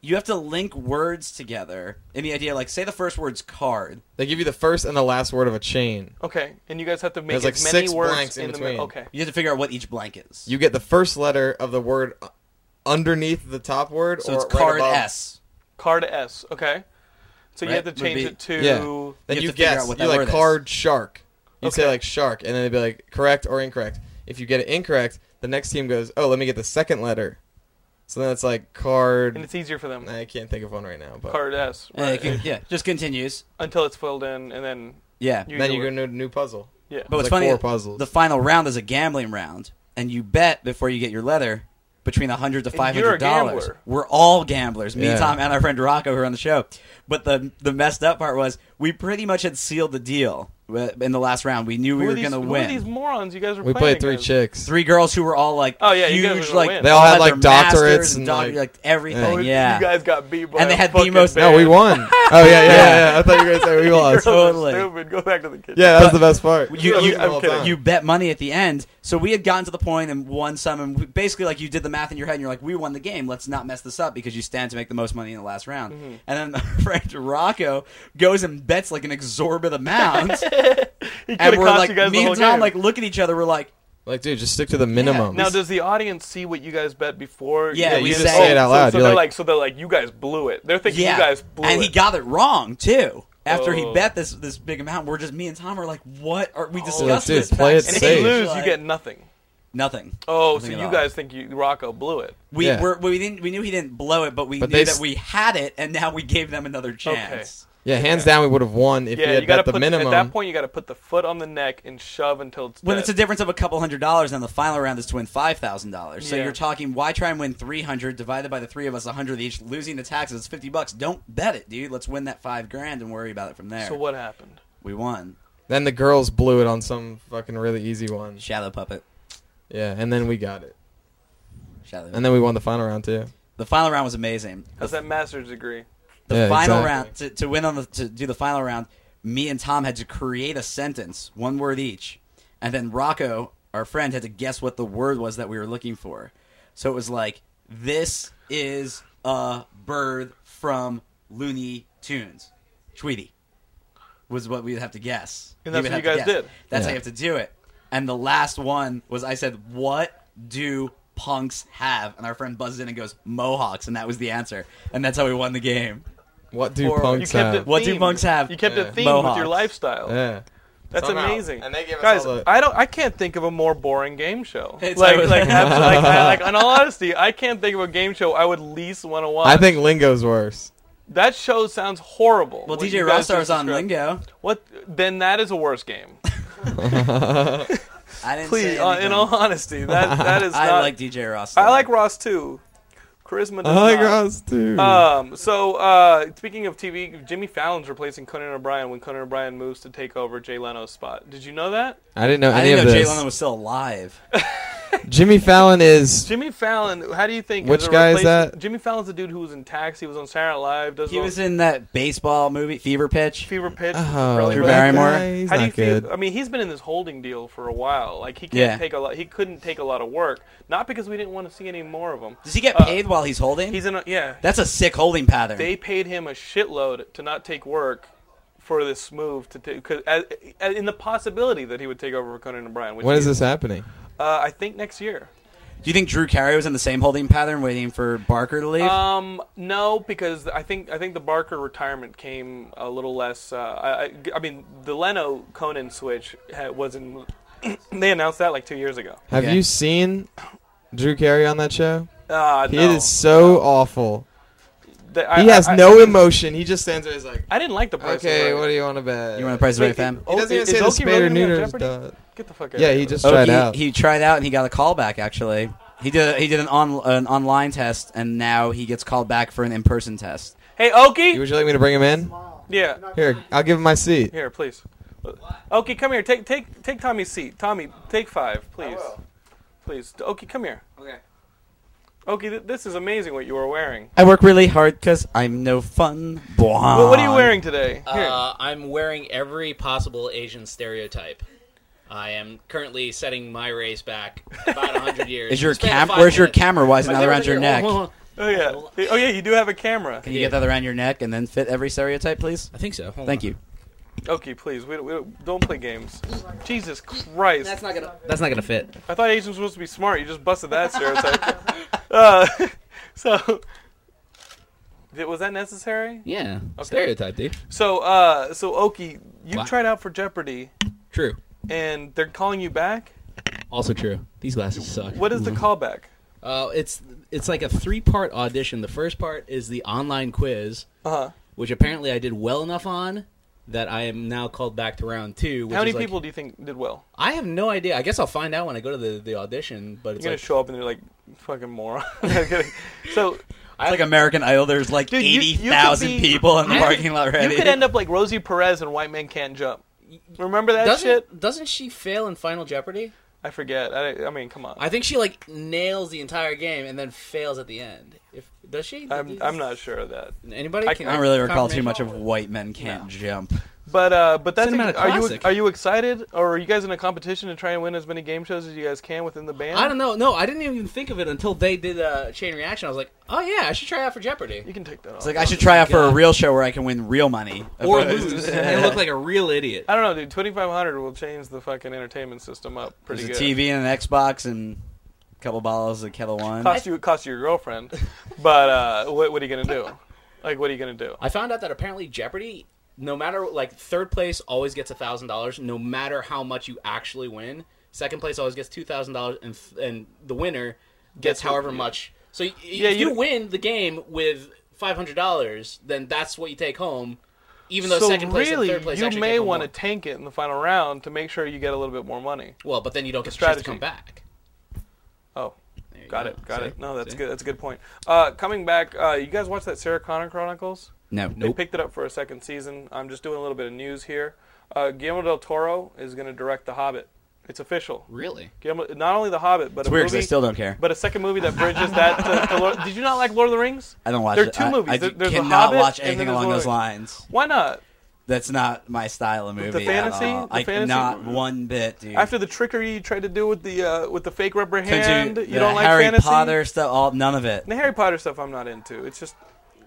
C: You have to link words together. And the idea, like, say the first word's card.
B: they give you the first and the last word of a chain.
A: Okay, and you guys have to make
B: There's,
A: as
B: like,
A: many
B: six
A: words
B: blanks in
A: the
B: between.
A: middle. Okay,
C: You have to figure out what each blank is.
B: You get the first letter of the word uh, underneath the top word,
C: so
B: or
C: it's
B: right
C: card
B: above.
C: S.
A: card S. Okay, so you
C: Right,
A: have to
C: would
A: change
C: be-
A: it to.
B: Yeah. Then
C: You
B: you,
C: have to figure
B: guess.
C: out what
B: you
C: that
B: like
C: word is.
B: card shark. You say
A: Okay.
B: like shark, and then they'd be like correct or incorrect. If you get it incorrect, the next team goes, oh, let me get the second letter. So then it's like card.
A: And it's easier for them.
B: I can't think of one right now, but
A: Card S.
C: Uh,
A: Right.
C: it can- yeah, just continues.
A: Until it's filled in, and then
C: Yeah.
A: you.
B: then
A: do
B: you
A: it.
B: go to a new puzzle.
A: Yeah.
C: But what's
B: like
C: funny,
B: four
C: is
B: puzzles.
C: the final round is a gambling round, and you bet before you get your letter between a hundred to five
A: And you're a
C: hundred dollars.
A: gambler.
C: We're all gamblers. Me,
B: Yeah.
C: Tom, and our friend Rocco, who are on the show. But the the messed up part was we pretty much had sealed the deal wi- in the last round. We knew we
A: who
C: were
A: are these,
C: going to
A: who are these
C: win.
A: morons you guys were
B: We
A: playing
B: played three
A: against?
B: chicks.
C: Three girls who were all like,
A: Oh, yeah, you guys were
C: huge,
A: gonna
C: like
A: win. They all
B: had,
C: their
B: like,
C: masters
B: doctorates
C: and
B: and,
C: doc-
B: like-
C: like everything.
A: Oh,
C: Yeah,
A: You guys got beat by
C: And they
A: a
C: had the
A: fucking
C: most-
B: No, we
A: band.
B: won. Oh yeah, yeah,
C: Yeah.
B: yeah. I thought you were gonna say we
A: You're
B: lost.
A: so
C: Totally.
A: Stupid. Go back to the kitchen.
B: Yeah, that was the best part.
C: You-
A: you-
B: I'm
A: I'm
B: kidding.
A: kidding.
C: you bet money at the end. So we had gotten to the point and won some, and we, basically, like you did the math in your head, and you're like, "We won the game. Let's not mess this up because you stand to make the most money in the last round."
A: Mm-hmm.
C: And then our friend Rocco goes and bets like an exorbitant amount,
A: He could
C: and
A: have
C: we're
A: cost
C: like,
A: you guys the
C: me
A: whole
C: and Tom
A: game.
C: like look at each other, we're like,
B: like, dude, just stick to the minimum.
A: now, does the audience see what you guys bet before?
C: Yeah,
A: you
C: we
A: just-
C: say it
A: oh,
B: out
A: so-
B: loud.
A: So,
B: You're
A: they're
B: like-
A: like, so they're like, you guys blew it. They're thinking
C: "Yeah,"
A: you guys blew
C: and
A: it.
C: he got it wrong too. After he
A: Oh.
C: bet this this big amount, we're just me and Tom are like, "What are we discussed
B: dude,
C: this?"
B: play it
A: and
C: backstage?"
A: if
B: safe.
A: you lose, you
C: Like,
A: get nothing.
C: nothing.
A: Oh, so
C: Nothing at
A: you
C: all.
A: guys think you Rocco blew it?
C: We
B: Yeah.
C: were, we didn't we knew he didn't blow it, but we
B: But
C: knew
B: they
C: that
B: s-
C: we had it, and now we gave them another chance.
B: yeah, hands down, we would have won if we
A: Yeah,
B: had
A: you gotta
B: bet the
A: put
B: minimum.
A: at that point. You got to put the foot on the neck and shove until it's
C: When
A: dead.
C: it's a difference of a couple hundred dollars, and the final round is to win five thousand dollars. So
A: Yeah.
C: you're talking, why try and win three hundred divided by the three of us, a hundred each, losing the taxes, it's fifty bucks. Don't bet it, dude. Let's win that five grand and worry about it from there.
A: so what happened?
C: We won.
B: then the girls blew it on some fucking really easy one.
C: Shadow puppet.
B: Yeah, and then we got it,
C: Shadow.
B: and then we won the final round too.
C: the final round was amazing.
A: How's that master's degree?
C: the
B: Yeah,
C: final
B: exactly.
C: round to, to win on the to do the final round me and tom had to create a sentence one word each and then rocco our friend had to guess what the word was that we were looking for so it was like this is a bird from looney tunes tweety was what we'd have to guess
A: And
C: He
A: that's
C: would have
A: what you
C: to
A: guys
C: guess.
A: did.
C: that's how
B: Yeah.
C: you have to do it and the last one was i said what do punks have and our friend buzzed in and goes mohawks and that was the answer and that's how we won the game
B: What do
C: Or-
A: You
B: punks
A: kept
B: have?
A: it.
C: What do
A: themed.
C: monks have?
A: You kept
B: Yeah.
A: it themed with
C: Mohawks.
A: your lifestyle.
B: yeah.
A: That's
B: So I'm out.
A: amazing.
B: And they gave us
A: Guys,
B: all the-
A: I don't. I can't think of a more boring game show.
C: It's-
A: like,
C: I was-
A: like, abs- like, I- like, in all honesty, I can't think of a game show I would least want to watch.
B: I think Lingo's worse.
A: that show sounds horrible.
C: Well,
A: what
C: DJ
A: you guys
C: Rockstar
A: just
C: was on
A: described.
C: Lingo.
A: What? Then that is a worse game.
C: I didn't
A: Please,
C: say
A: uh,
C: anything.
A: in all honesty, that that is.
C: I
A: not,
C: like DJ Rockstar.
A: I like Ross too. Charisma. Does
B: I like
A: not.
B: Ross too.
A: Um, so uh, speaking of TV, Jimmy Fallon's replacing Conan O'Brien when Conan O'Brien moves to take over Jay Leno's spot. Did you know that?
B: I didn't know
C: I
B: any
C: didn't
B: of
C: know Jay
B: this.
C: Leno was still alive.
B: Jimmy Fallon is
A: Jimmy Fallon, how do you think?
B: Which
A: is a
B: guy is
A: replacement-
B: that?
A: Jimmy Fallon's the dude who was in Tax. He was on Saturday Night Live. Does
C: He
A: all-
C: was in that baseball movie, Fever Pitch.
A: Fever Pitch.
B: oh,
A: really
C: Drew
B: that
A: bad.
C: Barrymore.
B: guy, he's
A: How do you
B: not good.
A: feel? I mean, he's been in this holding deal for a while. Like he can't
C: Yeah.
A: take a lot. He couldn't take a lot of work. Not because we didn't want to see any more of him.
C: Does he get
A: Uh,
C: paid while he's holding?
A: He's in a yeah.
C: That's a sick holding pattern.
A: they paid him a shitload to not take work for this move to take because in the possibility that he would take over for Conan O'Brien. Which
B: When is
A: he-
B: this happening?
A: Uh, I think next year.
C: Do you think Drew Carey was in the same holding pattern, waiting for Barker to leave?
A: Um, no, because I think I think the Barker retirement came a little less. Uh, I, I- I mean, the Leno Conan switch ha was in. they announced that like two years ago.
B: Have
C: Okay.
B: you seen Drew Carey on that show?
A: Uh,
B: He
A: no.
B: is so awful.
A: The- I-
B: He has
A: I- I-
B: no emotion. He just stands there. He's like,
A: I didn't like the price. of
B: okay,
A: Rogan.
B: what do you want to bet?
C: you want to price the
A: Wait,
C: right fam?
A: oh,
B: He doesn't even
A: is-
B: say
A: is
B: the
A: Oki
B: spade or
A: Rogan on
B: neuter.
A: Jeopardy?
B: is
A: Get the fuck out.
B: Yeah,
A: of
B: he
A: here.
B: just
C: Oh,
B: tried
C: he,
B: out.
C: he tried out and he got a call back. Actually, he did. A, he did an on an online test, and now he gets called back for an in person test.
A: Hey, Oki.
B: Would you like me to bring him in?
A: Yeah.
B: Here, I'll give him my seat.
A: Here, please. Oki, come here. Take take take Tommy's seat. Tommy, take five, please. Please, Oki, come here.
D: Okay.
A: Oki, th- this is amazing what you are wearing.
C: I work really hard because I'm no fun.
A: Well, what are you wearing today? Here.
D: Uh, I'm wearing every possible Asian stereotype. I am currently setting my race back about 100 years.
C: Is your
D: In the span
C: cam?
D: of five
C: Where's your
D: minutes.
C: camera? Why is it
D: My
C: not around your
D: favorite-
C: neck?
D: Oh, oh, oh.
A: Oh yeah. Oh yeah. You do have a camera.
C: Can you get that around your neck and then fit every stereotype, please?
D: I think so. Hold
C: Thank
D: on.
C: you.
A: Okay, please. We, we don't play games. Jesus Christ!
D: That's not gonna. That's not gonna fit.
A: I thought Asians were supposed to be smart. You just busted that stereotype. uh, so, Did- was that necessary?
D: Yeah. Stereotype, dude.
A: So, uh, so Oki, you
D: Wow.
A: tried out for Jeopardy,
D: True.
A: and they're calling you back.
D: Also true. These glasses suck. Mm-hmm.
A: What is the callback?
D: Uh, it's it's like a three part audition. The first part is the online quiz,
A: Uh huh.
D: which apparently I did well enough on that I am now called back to round two. Which
A: How many
D: is like-
A: people do you think did well?
D: I have no idea. I guess I'll find out when I go to the, the audition. But it's
A: You're gonna
D: like,
A: show up and they're like, "Fucking moron." I'm kidding. so
C: It's like American Idol. There's like
A: Dude, you-
C: eighty
A: you could
C: thousand
A: be-
C: people in the parking lot
A: you
C: ready.
A: could end up like Rosie Perez and White Man Can't Jump. Remember that
D: doesn't
A: shit?
D: doesn't she fail in Final Jeopardy?
A: I forget. I, I mean, come on.
D: I think she like nails the entire game and then fails at the end. If does she?
A: I'm I'm not sure of that.
D: Anybody?
A: I-
D: can-
C: I don't really recall too
D: confirmation?
C: much of white men can't jump.
A: But uh, but that's
C: Cinematic
A: are you
C: classic.
A: are you excited or are you guys in a competition to try and win as many game shows as you guys can within the band?
D: I don't know. No, I didn't even think of it until they did a chain reaction. I was like, oh yeah, I should try out for Jeopardy
A: You can take that off.
C: It's like I should try out for a
D: Oh God.
C: real show where I can win real money
D: or
C: Opposed-
D: lose and look like a real idiot.
A: I don't know, dude. Twenty five hundred will change the fucking entertainment system up pretty
C: There's a
A: good.
C: TV and an Xbox and a couple bottles of Kettle One.
A: Cost you cost you your girlfriend, but uh, what what are you gonna do? Like what are you gonna do?
D: I found out that apparently Jeopardy, no matter like third place always gets a thousand dollars, no matter how much you actually win. Second place always gets two thousand dollars, and and the winner gets
A: That's what-
D: however much. So y-
A: Yeah,
D: if you,
A: you-
D: win the game with five hundred dollars, then that's what you take home. Even though
A: so
D: second place
A: really,
D: and third place
A: you
D: actually
A: may
D: take home
A: want to
D: more.
A: tank it in the final round to make sure you get a little bit more money.
D: well, but then you don't get the chance to
A: strategy.
D: come back.
A: Oh,
D: There you
A: got
D: go.
A: it, got
D: See?
A: it. No, that's
D: See?
A: good. That's a good point. Uh, coming back, uh, you guys watch that Sarah Connor Chronicles?
C: No,
A: They
C: nope.
A: picked it up for a second season. I'm just doing a little bit of news here. Uh, Guillermo del Toro is going to direct The Hobbit. It's official.
D: Really?
A: Guillermo, not only The Hobbit, but
C: It's
A: a
C: weird because
A: movie,
C: I still don't care.
A: but a second movie that bridges that. To, to Lord, did you not like Lord of the Rings?
C: I don't watch.
A: There are
C: it.
A: two
C: I-
A: movies.
C: I
A: There- there's The
C: cannot
A: Hobbit
C: watch
A: and then
C: anything
A: there's
C: along
A: Lord of
C: those
A: the-
C: lines.
A: Why not?
C: That's not my style of movie.
A: fantasy-
C: at all.
A: the
C: I
A: fantasy-
C: not one bit, dude.
A: After the trickery you tried to do with the uh, with the fake rubber
C: Couldn't
A: hand,
C: do
A: you
C: the
A: don't like
C: Harry
A: fantasy.
C: Potter stuff. All none of it.
A: The Harry Potter stuff I'm not into. It's just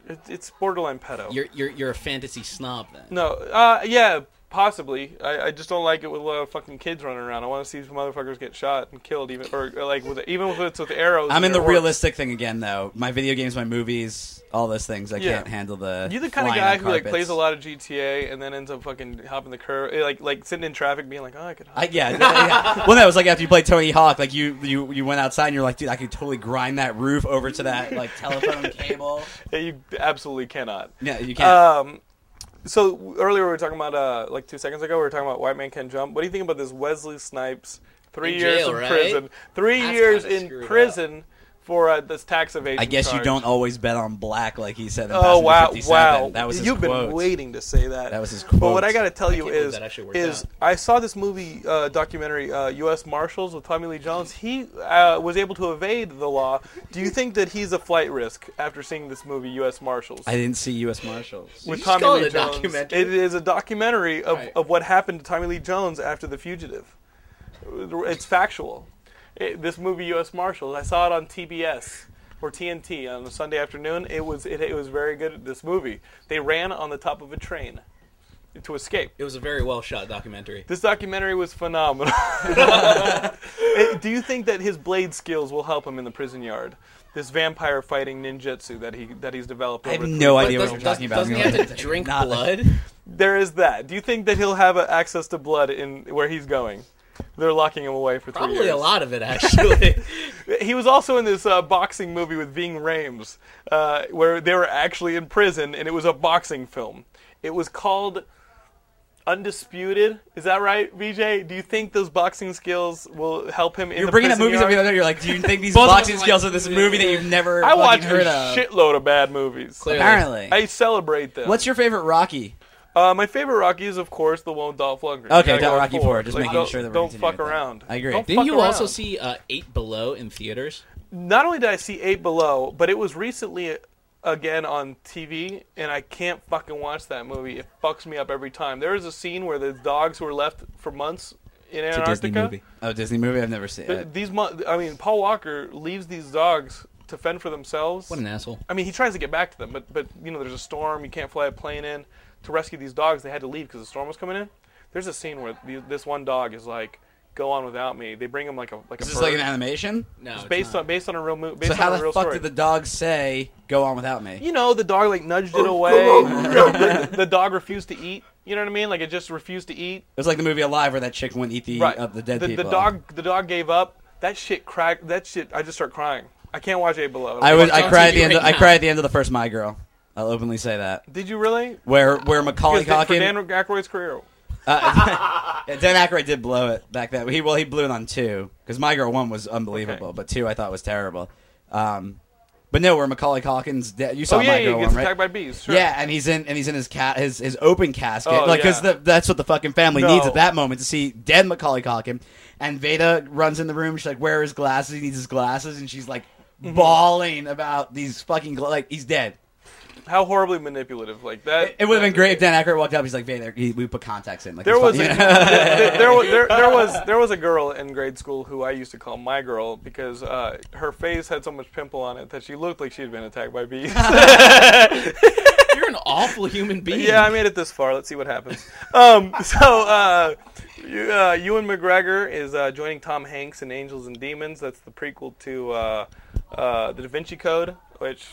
A: it, it's borderline pedo.
D: You're you're you're a fantasy snob then.
A: no, uh, yeah, possibly. I, I just don't like it with a lot of fucking kids running around. I want to see some motherfuckers get shot and killed, even or uh, like with even if it's with arrows.
C: I'm in
A: it
C: the
A: works.
C: realistic thing again, though. My video games, my movies, all those things. I
A: Yeah.
C: can't handle the.
A: You're the kind of
C: flying on
A: guy who like
C: carpets.
A: plays a lot of GTA and then ends up fucking hopping the curb, eh, like like sitting in traffic, being like, oh, I could. hop."
C: I, yeah, yeah, yeah. Well, no, it was like after you played Tony Hawk, like you, you you went outside and you're like, dude, I could totally grind that roof over to that like telephone cable.
A: Yeah, you absolutely cannot.
C: No, you can't.
A: Um, so w- earlier we were talking about uh, like two seconds ago we were talking about White Man Can Jump. What do you think about this Wesley Snipes three
D: In
A: years
D: jail,
A: in
D: right?
A: prison, three
D: That's
A: years
D: kinda
A: in
D: screwed up.
A: prison for uh, this tax evasion?
C: I guess you
A: charge.
C: don't always bet on black, like he said. In
A: Oh
C: Passenger
A: wow,
C: 57.
A: wow!
C: That was his
A: You've
C: quote.
A: been waiting to say that.
C: That was his
A: But
C: quote.
A: what I gotta tell you
D: can't believe
A: is,
D: that actually worked
A: is
D: out.
A: I saw this movie uh, documentary, uh, U.S. Marshals with Tommy Lee Jones. He uh, was able to evade the law. Do you think that he's a flight risk after seeing this movie, U.S. Marshals?
C: I didn't see U.S. Marshals.
A: with
D: you
A: Tommy
D: call
A: Lee
D: it a
A: Jones.
D: documentary?
A: It is a documentary of,
D: Right.
A: of what happened to Tommy Lee Jones after The Fugitive. It's factual. It, this movie, U.S. Marshals, I saw it on TBS or TNT on a Sunday afternoon. It was it, it was very good. This movie, they ran on the top of a train to escape.
D: It was a very well shot documentary.
A: This documentary was phenomenal. Eh, Do you think that his blade skills will help him in the prison yard? This vampire fighting ninjutsu that he that he's developed.
C: I have
A: over three
C: no idea what
D: But
C: you're
D: does, does,
C: talking about.
D: doesn't he have to drink
C: Not-
D: blood?
A: There is that. Do you think that he'll have uh, access to blood in where he's going? They're locking him away for three
D: Probably
A: years.
D: a lot of it actually.
A: He was also in this uh, boxing movie with Ving Rhames, uh, where they were actually in prison, and it was a boxing film. It was called Undisputed. Is that right, VJ? Do you think those boxing skills will help him in
C: You're
A: the
C: bringing up
A: prison
C: movies that
A: yard?
C: we don't know. You're like, do you think these
D: Both of us
C: boxing
D: like-
C: skills are this movie that you've never
A: I
C: fucking
A: watch a
C: heard of?
A: shitload of bad movies.
D: Clearly.
C: Apparently.
A: I celebrate them.
C: What's your favorite Rocky?
A: uh, my favorite Rocky is, of course, the one with Dolph Lundgren.
C: Okay, Dol-
A: Gotta go
C: Rocky
A: forward.
C: Four, just
A: Like,
C: making
A: don't-
C: sure that we're
A: don't
C: continuing
A: fuck
C: with that.
A: around.
C: I agree.
A: Don't
D: Didn't
A: fuck
D: you also
A: around.
D: see uh, Eight Below in theaters?
A: not only did I see Eight Below, but it was recently uh, again on TV, and I can't fucking watch that movie. It fucks me up every time. There was a scene where the dogs were left for months in Antarctica.
C: Oh, Disney movie? I've never seen
A: Th-
C: it.
A: These, mo- I mean, Paul Walker leaves these dogs to fend for themselves.
D: What an asshole!
A: I mean, he tries to get back to them, but but you know, there's a storm. You can't fly a plane in to rescue these dogs. They had to leave because the storm was coming in. There's a scene where the, this one dog is like, "Go on without me." They bring him like a like
C: Is
A: a
C: this
A: bird.
C: like an animation?
D: No, it's
A: based
D: not.
A: on based on a real movie.
C: So how
A: on a
C: the
A: real
C: fuck
A: story.
C: did the dog say, go on without me?
A: you know, the dog like
C: Oh,
A: nudged it away. the, the dog refused to eat. You know what I mean? Like it just refused to eat.
C: It was like the movie Alive where that chick wouldn't eat the,
A: Right.
C: of the dead
A: the,
C: people.
A: The dog, the dog gave up. That shit cracked. That shit. I just start crying. I can't watch Eight Below.
C: I, was,
D: It's
C: I,
D: on
C: cried at
D: TV
C: the end of,
D: right
C: I
D: now.
C: cried at the end of the first My Girl. I'll openly say that.
A: Did you really?
C: Where where Macaulay
A: Because for
C: Culkin, Uh,
A: Dan
C: Dan,
A: Aykroyd's career.
C: yeah, Dan Aykroyd did blow it back that he well he blew it on two because My Girl one was unbelievable,
A: Okay.
C: but two I thought was terrible. Um, but no, where Macaulay Culkin's da- you saw
A: Oh yeah,
C: My
A: he
C: Girl
A: gets
C: one right?
A: attacked by bees. Sure.
C: Yeah, and he's in and he's in his cat his his open casket,
A: Oh,
C: like because
A: yeah.
C: that's what the fucking family
A: No.
C: needs at that moment to see dead Macaulay Culkin. And Veda runs in the room. She's like, "Where are his glasses? He needs his glasses." And she's like,
A: Mm-hmm.
C: bawling about these fucking gla- like he's dead.
A: How horribly manipulative! Like that.
C: It would have been great if Dan Aykroyd walked up. He's like, "Veda, he, we put contacts in." Like
A: Uh, There
C: it's
A: was, a,
C: fine."
A: there, there, wa- there, there was there was a girl in grade school who I used to call my girl because uh, her face had so much pimple on it that she looked like she had been attacked by bees.
D: You're an awful human being.
A: yeah, I made it this far. Let's see what happens. Um, so uh, you- uh, Ewan McGregor is uh, joining Tom Hanks in Angels and Demons. That's the prequel to uh, uh, The Da Vinci Code, which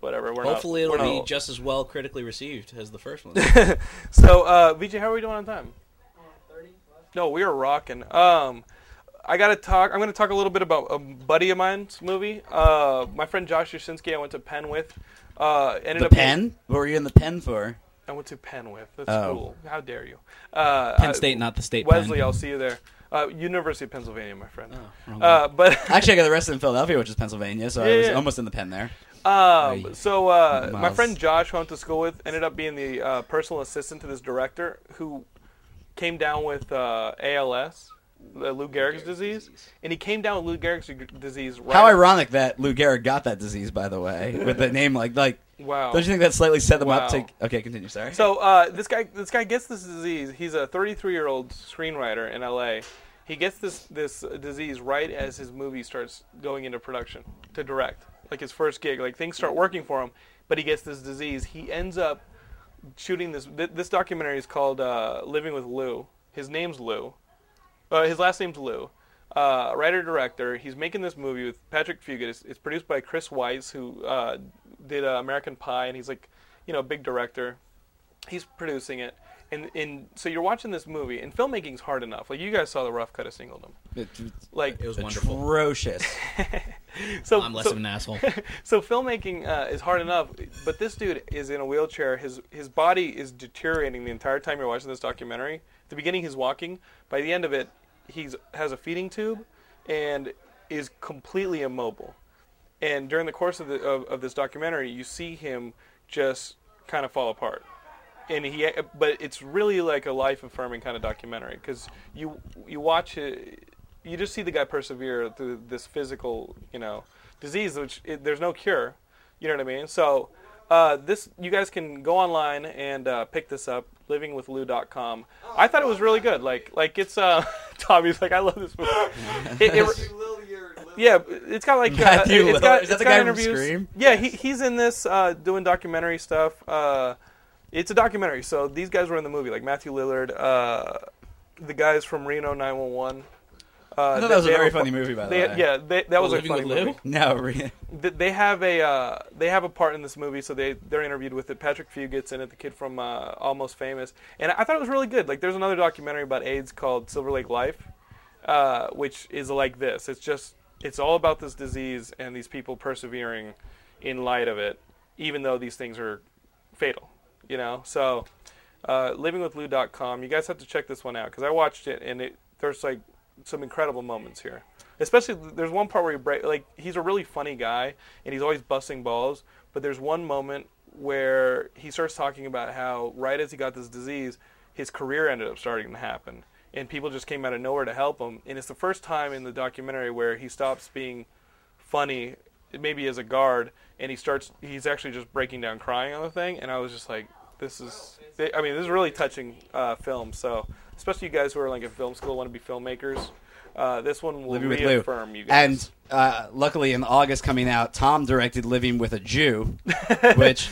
A: whatever. We're not-
D: Hopefully, it'll
A: we're
D: be
A: not-
D: just as well critically received as the first one.
A: So, uh, VJ, how are we doing on time? No, we are rocking. Um, I gotta talk. I'm gonna talk a little bit about a buddy of mine's movie. Uh, my friend Josh Yashinsky, I went to Penn with. Uh, ended
C: the
A: up being-
C: pen. What were you in the pen for?
A: I went to Penn with. That's
C: Oh.
A: cool. How dare you? Uh,
D: Penn
A: uh,
D: State, not the state.
A: Wesley,
D: Penn. Oh,
A: I'll see you there. Uh, University of Pennsylvania, my friend.
D: wrong
A: uh, but
C: Oh, Actually, I got the rest in Philadelphia, which is Pennsylvania, so I
A: Yeah,
C: was
A: yeah.
C: almost in the pen there.
A: Um, so uh, my
C: Miles.
A: friend Josh, who I went to school with, ended up being the uh, personal assistant to this director who came down with uh, ALS, the Lou Gehrig's disease, and he came down with Lou Gehrig's d- disease. Right
C: How ironic that Lou Gehrig got that disease, by the way, with the name like like.
A: Wow.
C: Don't you think that slightly set them up
A: Wow.
C: to? Okay, continue. Sorry.
A: So uh, this guy, this guy gets this disease. He's a 33 year old screenwriter in LA. He gets this this disease right as his movie starts going into production to direct, like his first gig. Like things start working for him, but he gets this disease. He ends up shooting this. Th- this documentary is called uh, "Living with Lou." His name's Lou. Uh, his last name's Lou. Uh, writer director. He's making this movie with Patrick Fugit. It's, it's produced by Chris Weiss, who uh, did uh, American Pie, and he's like, you know, a big director. He's producing it, and and so you're watching this movie, and filmmaking's hard enough. Like you guys saw the rough cut of Singledom. Like
D: It was wonderful.
C: atrocious.
A: so
D: I'm less
A: so-
D: of an asshole.
A: so filmmaking uh, is hard enough, but this dude is in a wheelchair. His his body is deteriorating the entire time you're watching this documentary. At the beginning, he's walking. By the end of it, he's has a feeding tube, and is completely immobile. And during the course of the of, of this documentary, you see him just kind of fall apart and he but it's really like a life affirming kind of documentary because you you watch it you just see the guy persevere through this physical you know disease which it, there's no cure you know what i mean so uh, this you guys can go online and uh, pick this up livingwithlou.com i thought it was really good like like it's uh tommy's like i love this movie It- it- yeah it's got like uh,
C: Matthew
A: it's
C: Lillard.
A: got,
C: Is that
A: it's
C: the
A: got
C: guy from
A: interviews
C: Scream?
A: yeah, he, he's in this uh, doing documentary stuff. Uh, it's a documentary, so these guys were in the movie, like Matthew Lillard, uh, the guys from Reno 911. Uh,
C: I thought
A: they-
C: that was a
A: they
C: very
A: have
C: funny
A: fu-
C: movie, by the
A: they-
C: way.
A: Yeah, they, that was a
D: Living
A: funny
D: with Lou?
A: movie.
C: No, really.
A: Th- They have a uh, they have a part in this movie, so they they're interviewed with it. Patrick Fugit's in it, the kid from uh, Almost Famous, and I thought it was really good. Like, there's another documentary about AIDS called Silver Lake Life, uh, which is like this. It's just it's all about this disease and these people persevering in light of it, even though these things are fatal. You know, so uh, livingwithlou.com. You guys have to check this one out because I watched it and it there's like some incredible moments here. Especially th- there's one part where he break like he's a really funny guy and he's always busting balls, but there's one moment where he starts talking about how right as he got this disease, his career ended up starting to happen and people just came out of nowhere to help him and it's the first time in the documentary where he stops being funny maybe as a guard and he starts he's actually just breaking down crying on the thing and i was just like this is they, i mean this is really touching uh, film so especially you guys who are like in film school want to be filmmakers uh, this one will
C: Living with Lou.
A: reaffirm you guys
C: And uh, luckily, in August coming out, Tom directed Living with a Jew, which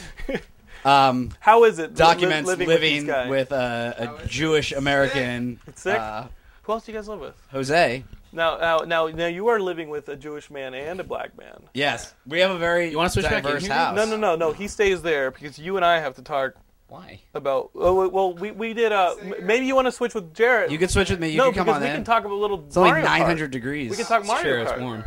C: um,
A: how is it li-
C: documents
A: li-
C: living,
A: these guys?
C: with, uh, a Jewish American,
A: sick
C: uh,
A: who else do you guys live with
C: Jose.
A: now, now now now you are living with a jewish man and a black man
C: Yes, we have a very
D: You wanna switch back in
C: diverse
D: here?
C: house.
A: no no no no he stays there because you and i have to talk
D: Why?
A: about oh, wait, well we, we did uh m- maybe you want to switch with jared
C: You can switch with me. You
A: no
C: can come
A: because
C: on
A: we
C: in.
A: can talk about a little
C: it's only
A: Mario Kart.
C: 900 degrees.
A: We can talk
D: sure,
A: Mario
D: it's
A: Kart.
D: warm.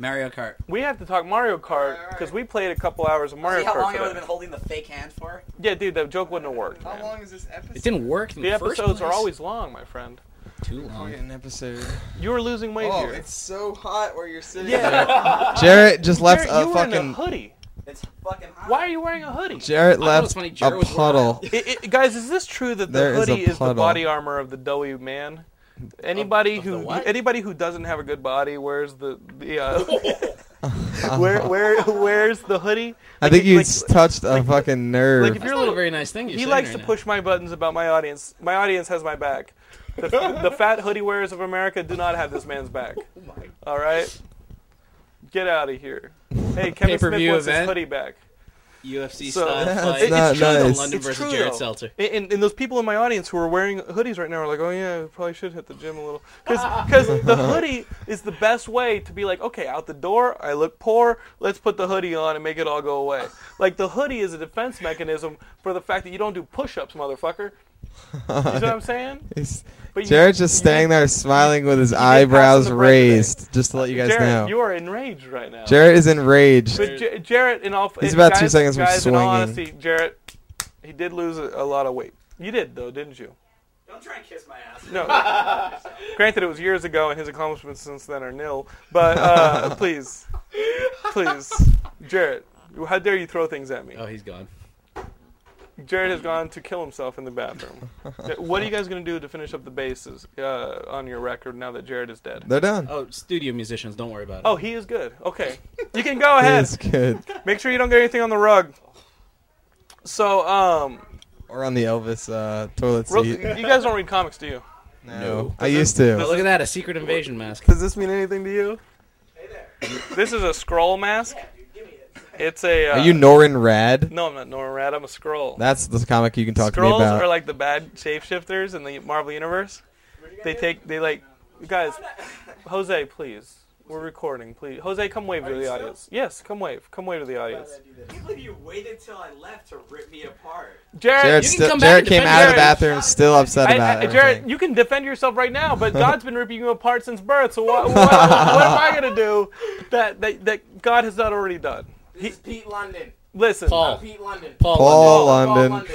C: Mario Kart.
A: We have to talk Mario Kart because we played a couple hours of Mario
C: See how
A: Kart
C: long I would have
A: today.
C: been holding the fake hand for?
A: Yeah, dude, that joke wouldn't have worked.
B: How
A: man.
B: long is this episode?
D: It didn't work. In
A: The
D: the first
A: episodes are
D: place.
A: always long, my friend.
D: too
B: Fucking
D: long.
B: episode.
A: You were losing weight
B: Oh,
A: here.
B: it's so hot where you're sitting.
A: yeah,
B: Jarrett just left
A: Jared,
B: a
A: you were in a
B: fucking.
A: hoodie.
C: It's fucking hot.
A: Why are you wearing a hoodie?
B: Jarrett
D: I know it's
B: left
D: funny, Jarrett
B: a
D: was wearing
B: puddle.
A: It- it- guys, is this true that the
B: There is a
A: hoodie is, the
B: puddle.
A: body armor of the doughy man? Anybody
D: of the
A: who
D: what?
A: anybody who doesn't have a good body wears the the uh, where where wears the hoodie.
B: I
A: Like,
B: think
A: it-
B: you
A: like-
B: touched a fucking nerve.
A: like if
D: That's
A: you're
D: not a
A: little-
D: very nice thing. You're
A: he
D: saying
A: likes
D: right
A: to
D: now.
A: push my buttons about my audience. My audience has my back. The, the fat hoodie wearers of America do not have this man's back.
B: Oh
A: All right, get out of here. Hey, Kevin Smith
D: Pay-per-view
A: wants his
D: event?
A: hoodie back.
D: UFC
A: So-
D: style
A: That's
D: fight.
B: It's not
D: true, though.
B: nice.
D: London
A: It's
D: versus
A: true,
D: Jared
A: though.
D: Seltzer.
A: And- And, and those people in my audience who are wearing hoodies right now are like, oh yeah, I probably should hit the gym a little, because the hoodie is the best way to be like, okay, out the door, I look poor, let's put the hoodie on and make it all go away. Like the hoodie is a defense mechanism for the fact that you don't do push-ups, motherfucker. You know what I'm saying?
B: He's-
A: But you-
B: Jared's just
A: you-
B: standing there smiling with his
A: did pass
B: eyebrows
A: on the bread today.
B: raised, just to let you guys
A: Jarrett,
B: know.
A: you are enraged right now.
B: Jarrett is enraged.
A: but J- Jarrett, in all,
B: He's about
A: guys,
B: two seconds from
A: guys, In all
B: swinging.
A: honesty, Jarrett, he did lose a, a lot of weight. You did though, didn't you?
C: Don't try and kiss my ass.
A: No. Granted, it was years ago, and his accomplishments since then are nil. But uh, please, please, Jarrett, how dare you throw things at me?
D: Oh, he's gone.
A: Jarrett has gone to kill himself in the bathroom. what are you guys going to do to finish up the bases uh, on your record now that Jarrett is dead?
B: They're done.
D: Oh, studio musicians, don't worry about it.
A: Oh, he is good. Okay, you can go
B: He
A: ahead.
B: is good.
A: Make sure you don't get anything on the rug. So, um,
B: Or on the Elvis uh, toilet
A: real,
B: seat.
A: you guys don't read comics, do you?
B: No, I used to.
D: But look at that, a secret invasion mask.
A: Does this mean anything to you? This is a scroll mask. It's a. Uh,
B: Are you Norin Rad?
A: No, I'm not Norman Rad. I'm a scroll.
B: That's the comic you can talk to me
A: Scrolls
B: about.
A: are like the bad shapeshifters in the Marvel universe. They take they like guys. Jose, please. We're recording, please. Jose, come wave to
C: you
A: the
C: still?
A: audience. Yes, come wave. Come wave to the audience.
C: I can't believe you waited till I left to rip me apart.
A: Jared,
B: Jared,
A: you,
D: can
B: still,
D: come back
B: Jared
D: and
B: came
D: defend
B: out of the
A: Jared.
B: bathroom still upset
A: I,
B: about
A: I,
B: it.
A: Jared, you can defend yourself right now, but God's been ripping you apart since birth. So what, what, what am I gonna do that, that that God has not already done?
E: This is Pete London.
A: Listen,
D: Paul.
E: Pete London.
D: Paul.
B: Paul
E: Paul
B: London.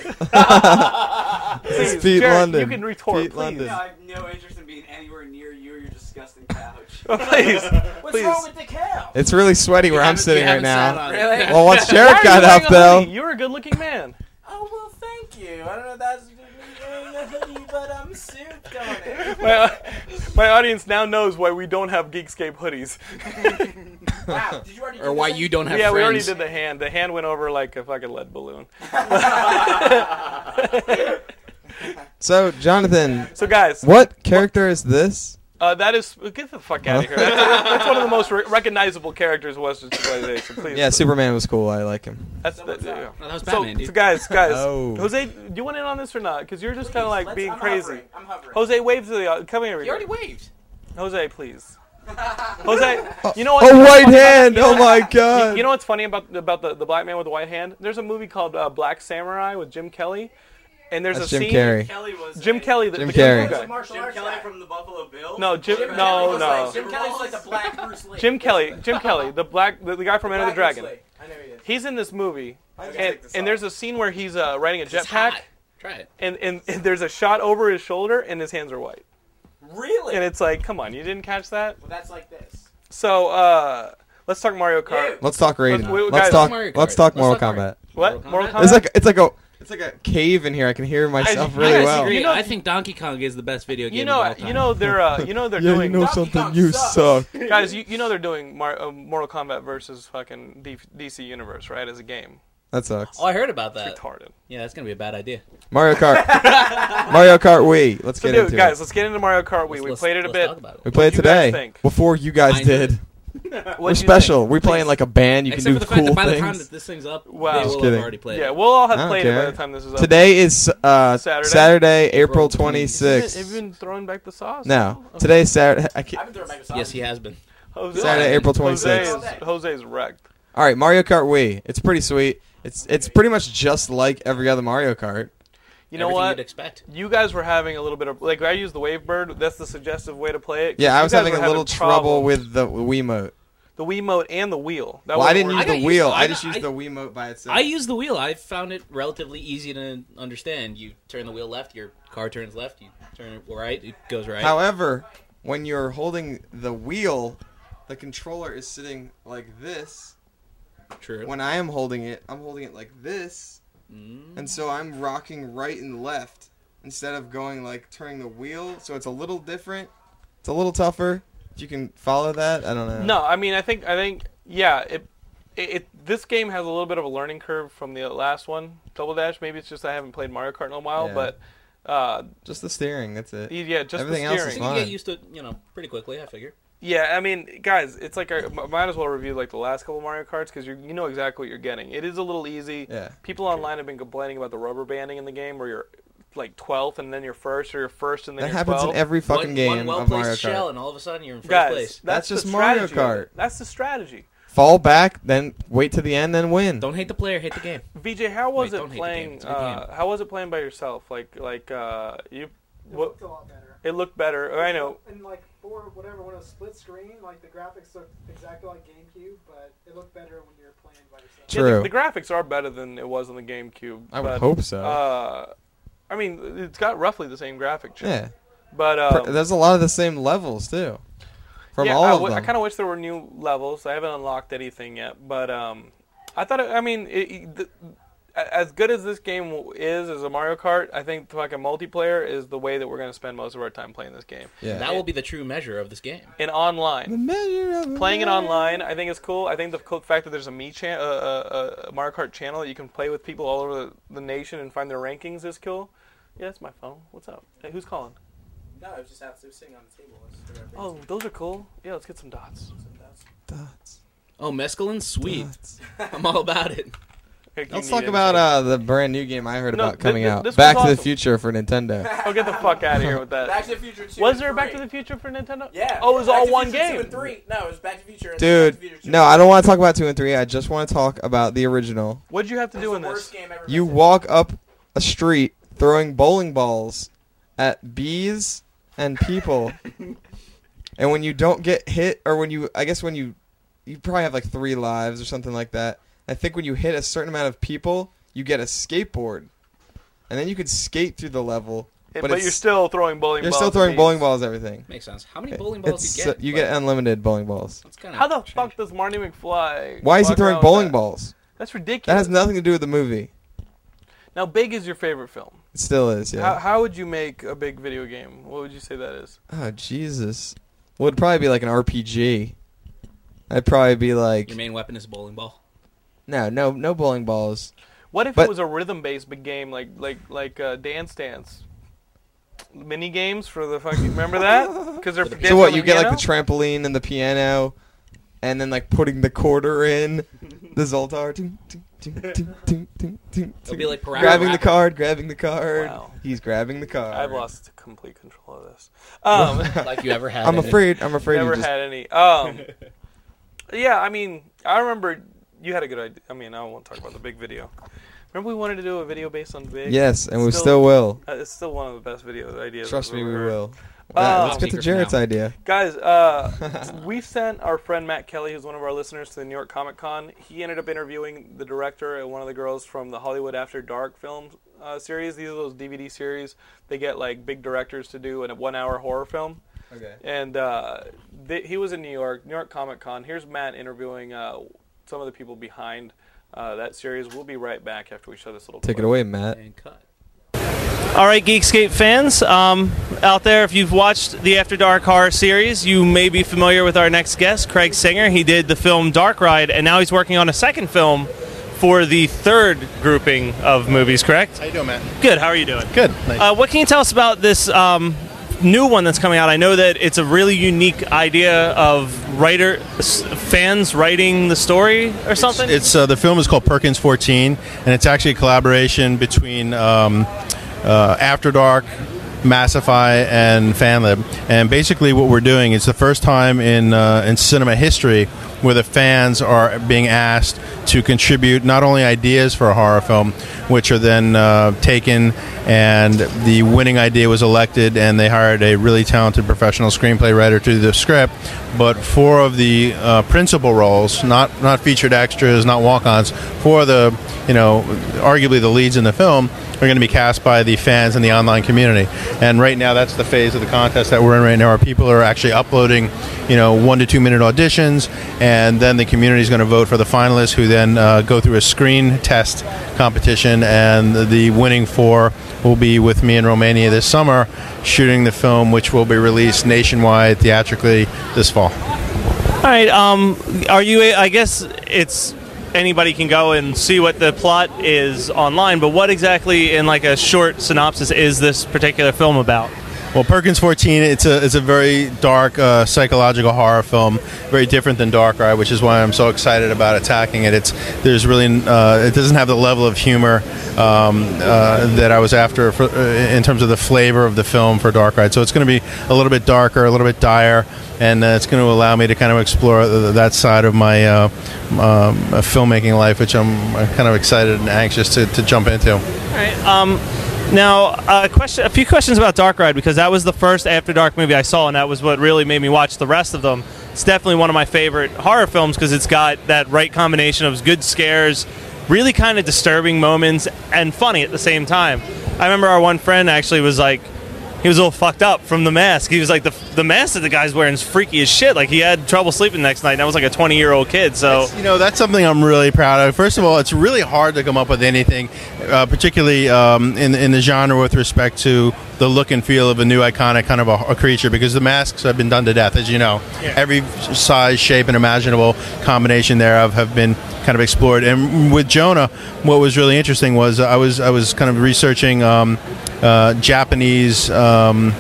A: please,
B: Pete
A: Jared,
B: London.
A: you can retort,
B: Pete
A: please.
B: London.
C: No, I have no interest in being anywhere near you or your disgusting couch.
A: please,
E: What's
A: please.
E: wrong with the cow?
B: It's really sweaty where I'm
D: Haven't-
B: sitting
D: you
B: right
D: haven't sat
B: now.
D: on it.
E: Really?
B: Well, once
A: Why
B: Jared
A: are you
B: got
A: wearing
B: up
A: a hoodie?
B: though,
A: You're a good-looking man.
E: Oh well, thank you. I don't know if that's wearing a hoodie, but I'm souped on it.
A: my, uh, my audience now knows why we don't have Geekscape hoodies.
E: Wow, did you already?
D: Or why you don't have
A: yeah,
D: friends.
A: we already did the hand. The hand went over like a fucking lead balloon.
B: so Jonathan,
A: So, guys,
B: what character is this?
A: uh, that is get the fuck out of here. That's, that's one of the most re- recognizable characters of Western civilization. Please,
B: Yeah, Superman was cool. I like him.
A: that's the, yeah.
D: No, that was
A: So,
D: Batman, dude.
A: so guys, guys,
B: Oh.
A: Jose, do you want in on this or not? Because you're just kind
E: Please,
A: of like
E: let's-
A: being
E: I'm
A: crazy.
E: Hovering. I'm hovering.
A: Jose, wave to the au- come here.
E: you already waved.
A: Jose, please. Jose, you know what?
B: Oh, white
A: You know
B: hand!
A: what-
B: Oh my
A: You-
B: god!
A: You know what's funny about about the, the black man with the white hand? There's a movie called uh, Black Samurai with Jim Kelly, and there's
B: That's
A: a
B: Jim
A: scene.
B: Carrey.
C: Kelly was
A: Jim
C: a-
A: Kelly, the,
B: Jim
A: the kung
B: Carrey.
A: fu
E: He's a
A: guy.
E: martial
C: Jim
E: arts
C: Kelly
E: guy.
C: from the Buffalo Bills.
A: No, Jim.
E: Jim Kelly
A: no,
E: was
A: no.
E: Like, Jim Kelly's like the black Bruce Lee.
A: Jim Kelly. Jim Kelly, the black, the, the guy from Enter the
E: Black
A: Dragon.
E: Bruce Lee. I know he is.
A: He's in this movie,
E: gonna
A: and,
E: take this
A: and
E: off.
A: there's a scene where he's uh, riding a
D: It's
A: jetpack,
D: hot. Try it.
A: and, and and there's a shot over his shoulder, and his hands are white,
E: Really?
A: and it's like, come on, you didn't catch that.
E: well, that's like this.
A: So uh, let's talk Mario Kart.
B: Let's talk rating.
A: wait,
B: Let's
A: guys,
B: talk.
D: Mario Kart.
B: Let's talk
D: Let's
B: Mortal
D: talk
B: Kombat.
A: What?
D: Mortal
A: Mortal
D: Kombat?
A: Kombat.
B: It's like it's like a it's like a cave in here. I can hear myself
A: I
B: really
A: disagree.
B: well.
A: You know-
D: I think Donkey Kong is the best video game
A: you
D: of
A: know,
D: all time.
A: you know they're uh, you know they're doing
E: Donkey Kong sucks.
A: guys. You, you know they're doing Mar- uh, Mortal Kombat versus fucking D- DC Universe right as a game.
B: That sucks.
D: Oh, I heard about that.
A: Retarded.
D: Yeah, that's gonna be a bad idea.
B: Mario Kart. Mario Kart Wii. Let's
A: So,
B: get
A: dude,
B: into
A: guys,
B: it.
A: let's get into Mario Kart. We
D: Let's-
A: we
D: let's-
A: played it a
D: let's
A: bit.
D: Talk about it.
B: We played
A: you
B: today
A: guys think?
B: before you guys
D: I know.
B: did. We're
A: What'd you
B: special.
A: think?
B: We're playing like a band. You
D: Except
B: can
D: for
B: do
D: the
B: cool
D: fact that by the
B: things.
D: time that this thing's up,
A: Wow.
D: they
A: Just
D: will
B: kidding.
D: have already played.
A: Yeah,
D: it.
A: we'll
B: I
A: all have
B: don't
A: played it by
B: care.
A: the time this is up.
B: Today is uh,
A: Saturday?
B: Saturday, April
D: April
B: 26th.
A: Have you been throwing back the sauce?
B: no, today's Saturday. I
E: I've
B: can't.
E: been throwing back
D: yes, he has been.
A: Jose,
B: Saturday, April
A: Jose
B: 26th.
A: is, Jose's wrecked.
B: All right, Mario Kart Wii. It's pretty sweet. It's it's pretty much just like every other Mario Kart.
A: You know
D: Everything
A: what?
D: You'd expect.
A: You guys were having a little bit of like I use the Wavebird. That's the suggestive way to play it.
B: Yeah, I was
A: You guys
B: having
A: were
B: a little trouble
A: problems.
B: with the Wiimote.
A: the Wiimote and the wheel. That
B: Well, I
A: wouldn't
B: didn't
A: work.
B: use
D: I got
B: the
D: used-
B: wheel.
D: I
B: Oh, I
D: got-
B: just used
D: I-
B: the Wiimote by itself.
D: I use the wheel. I found it relatively easy to understand. You turn the wheel left, your car turns left. You turn it right, it goes right.
B: However, when you're holding the wheel, the controller is sitting like this.
D: True.
B: When I am holding it, I'm holding it like this,
D: Mm.
B: and so I'm rocking right and left instead of going like turning the wheel. So it's a little different. It's a little tougher. If you can follow that, I don't know.
A: No, I mean, I think, I think, yeah, it, it, it, this game has a little bit of a learning curve from the last one, Double Dash. Maybe it's just I haven't played Mario Kart in a while,
B: Yeah.
A: but, uh,
B: just the steering. That's it.
A: yeah, just
B: Everything
A: the
B: else
A: steering.
B: is
D: so you
B: fine.
D: can get used to it, you know, pretty quickly. I figure.
A: Yeah, I mean, guys, it's like I m- might as well review like the last couple Mario Karts because you you know exactly what you're getting. It is a little easy.
B: Yeah.
A: People online have been complaining about the rubber banding in the game, where you're like 12th and then you're first, or you're first and then
B: That
A: you're
B: happens
A: 12th.
B: in every fucking
D: one,
B: game
D: One well
B: of Mario
D: placed
B: Kart.
D: shell, and all of a sudden you're in first
A: guys.
D: place.
B: That's
A: That's,
B: just
A: the
B: Mario
A: strategy of it.
B: Kart.
A: That's the strategy.
B: Fall back, then wait to the end, then win.
D: Don't hate the player, hate the game.
A: VJ, how was
D: Wait,
A: it
D: don't hate the game.
A: playing?
D: It's a good
A: Uh, how was it playing by yourself? Like like uh, you,
F: It
A: what,
F: looked a lot better.
A: it looked better. Oh, I know.
F: And like for whatever, when it was split screen, like the graphics looked exactly like GameCube, but it looked better when you were playing by yourself.
A: Yeah, the-
B: True.
A: the, graphics are better than it was on the GameCube.
B: I would
A: but,
B: hope so.
A: Uh, I mean, it's got roughly the same graphic chip.
B: yeah.
A: But
B: Pr-
A: um,
B: There's a lot of the same levels too. From
A: yeah,
B: all
A: I
B: of
A: w-
B: them.
A: I kind of wish there were new levels. I haven't unlocked anything yet, but um, I thought. It, I mean, it, it- th- a- as good as this game w- is as a Mario Kart, I think the fucking multiplayer is the way that we're going to spend most of our time playing this game.
B: yeah.
D: That will be the true measure of this game.
A: And online,
B: The measure of a
A: playing it
B: man.
A: online, I think is cool. I think the cool fact that there's a me chan- uh, uh, uh, Mario Kart channel that you can play with people all over the, the nation and find their rankings is cool. Yeah, that's my phone. What's up? Hey, who's calling?
E: No, it was just out it was sitting on the table. It's just whatever.
A: Oh, those are cool. Yeah, let's get some dots.
E: So that's-
B: Dots,
D: Oh, mescaline, sweet.
B: dots.
D: I'm all about it.
A: Hey, you
B: Let's
A: need
B: talk
A: it.
B: about uh, the brand new game I heard
A: No,
B: about
A: thi-
B: coming
A: thi-
B: out,
A: this
B: Back
A: was
B: to the
A: awesome.
B: Future for Nintendo.
A: Oh, get the fuck out of here with
B: uh,
A: that.
E: Back to the Future 2.
A: Was
E: and
A: there a Back to
E: three.
A: the Future for Nintendo?
E: Yeah.
A: Oh, it was
E: Back
A: all
E: to
A: one
E: Future
A: game.
E: Two and three. No, it was Back to the Future. And then
B: Dude,
E: Back to the Future 2.
B: no, I don't want to talk about two and three. I just want to talk about the original.
A: What'd you have
E: It
A: to
E: was
A: do
E: the
A: in this?
E: worst game ever
B: You
E: made.
B: walk up a street throwing bowling balls at bees and people, and when you don't get hit, or when you, I guess when you, you probably have like three lives or something like that. I think when you hit a certain amount of people, you get a skateboard, and then you could skate through the level.
A: It-
B: but
A: but
B: it's-
A: you're still throwing bowling
B: You're
A: balls.
B: still
A: at
B: throwing
A: these.
B: bowling balls, everything.
D: Makes sense. How many bowling balls
B: It's-
D: do you get?
B: You get unlimited bowling balls.
D: That's kinda
A: How the
D: strange.
A: fuck does Marty McFly?
B: Why is he
A: walk around
B: throwing
A: with
B: bowling
A: that?
B: balls?
A: That's ridiculous.
B: That has nothing to do with the movie.
A: Now, Big is your favorite film.
B: It still is,
A: How,
B: yeah.
A: how would you make a big video game? What would you say that is?
B: Oh Jesus. Would probably be like an RPG. I'd probably be like
D: Your main weapon is a bowling ball.
B: No, no no bowling balls.
A: What if it
B: But-
A: was a rhythm-based big game like like like uh, Dance Dance? Mini games for the fucking remember that? Because they're
B: so
A: dancing on
B: what, you get
A: piano?
B: like the trampoline and the piano and then like putting the quarter in the Zoltar. Ding, ding, ding, ding, ding, ding, ding,
D: It'll be like Parappa
B: grabbing the
D: Rapper.
B: card, grabbing the card.
A: Wow.
B: He's grabbing the card.
A: I've lost complete control of this. Um,
D: Like you ever had.
B: I'm
D: any.
B: afraid I'm afraid
A: Never
B: you just
A: had any. Um, yeah, I mean, I remember you had a good idea. I mean, I won't talk about the big video. Remember we wanted to do a video based on big.
B: Yes, and we
A: Still-
B: still will.
A: uh, it's still one of the best video ideas.
B: Trust
A: I've
B: me, we
A: ever heard.
B: will.
A: Uh,
B: Uh, let's get to
D: Secret
B: Jarrett's
D: now.
B: idea.
A: Guys, uh, we sent our friend Matt Kelly, who's one of our listeners, to the New York Comic Con. He ended up interviewing the director and one of the girls from the Hollywood After Dark film uh, series. These are those DVD series they get like big directors to do in a one-hour horror film.
B: Okay.
A: And uh, th- he was in New York, New York Comic Con. Here's Matt interviewing uh, some of the people behind uh, that series. We'll be right back after we show this little.
B: Take it
A: clip.
B: away, Matt.
D: And cut.
G: All right, Geekscape fans um, out there, if you've watched the After Dark horror series, you may be familiar with our next guest, Craig Singer. He did the film Dark Ride, and now he's working on a second film for the third grouping of movies. Correct?
H: How you doing, Matt?
G: Good. How are you doing?
H: Good.
G: Uh, what can you tell us about this um, new one that's coming out? I know that it's a really unique idea of writer s- fans writing the story or something.
H: It's uh, the film is called Perkins 14, and it's actually a collaboration between um, uh, After Dark, Massify, and FanLib. And basically, what we're doing is the first time in uh, in cinema history where the fans are being asked to contribute not only ideas for a horror film, which are then uh, taken, and the winning idea was elected, and they hired a really talented professional screenplay writer to do the script. But four of the uh, principal roles, not not featured extras, not walk-ons, four of the you know arguably the leads in the film are going to be cast by the fans and the online community. And right now, that's the phase of the contest that we're in right now. Our people are actually uploading, you know, one to two minute auditions, and then the community is going to vote for the finalists, who then uh, go through a screen test competition, and the winning four will be with me in Romania this summer, shooting the film, which will be released nationwide theatrically this fall.
G: All right. Um, are you? a- I guess it's anybody can go and see what the plot is online. But what exactly, in like a short synopsis, is this particular film about?
H: Well, Perkins 14, it's a, it's a very dark uh, psychological horror film, very different than Dark Eye, which is why I'm so excited about attacking it. It's there's really uh, it doesn't have the level of humor um, uh, that I was after for, uh, in terms of the flavor of the film for Dark Eye. So it's going to be a little bit darker, a little bit dire, and uh, it's going to allow me to kind of explore th- that side of my uh, um, uh, filmmaking life, which I'm uh, kind of excited and anxious to, to jump into.
G: All right. Um, now, a question, a few questions about Dark Ride because that was the first After Dark movie I saw, and that was what really made me watch the rest of them. It's definitely one of my favorite horror films because it's got that right combination of good scares, really kind of disturbing moments, and funny at the same time. I remember our one friend actually was like, he was all fucked up from the mask. He was like, the, the mask that the guy's wearing is freaky as shit. Like, he had trouble sleeping the next night, and I was like a 20 year old kid, so.
H: You know, that's something I'm really proud of. First of all, it's really hard to come up with anything, uh, particularly um, in, in the genre with respect to the look and feel of a new iconic kind of a, a creature, because the masks have been done to death, as you know. Every size, shape, and imaginable combination thereof have been kind of explored. And with Jonah, what was really interesting was I was I was kind of researching um, uh, Japanese. Um,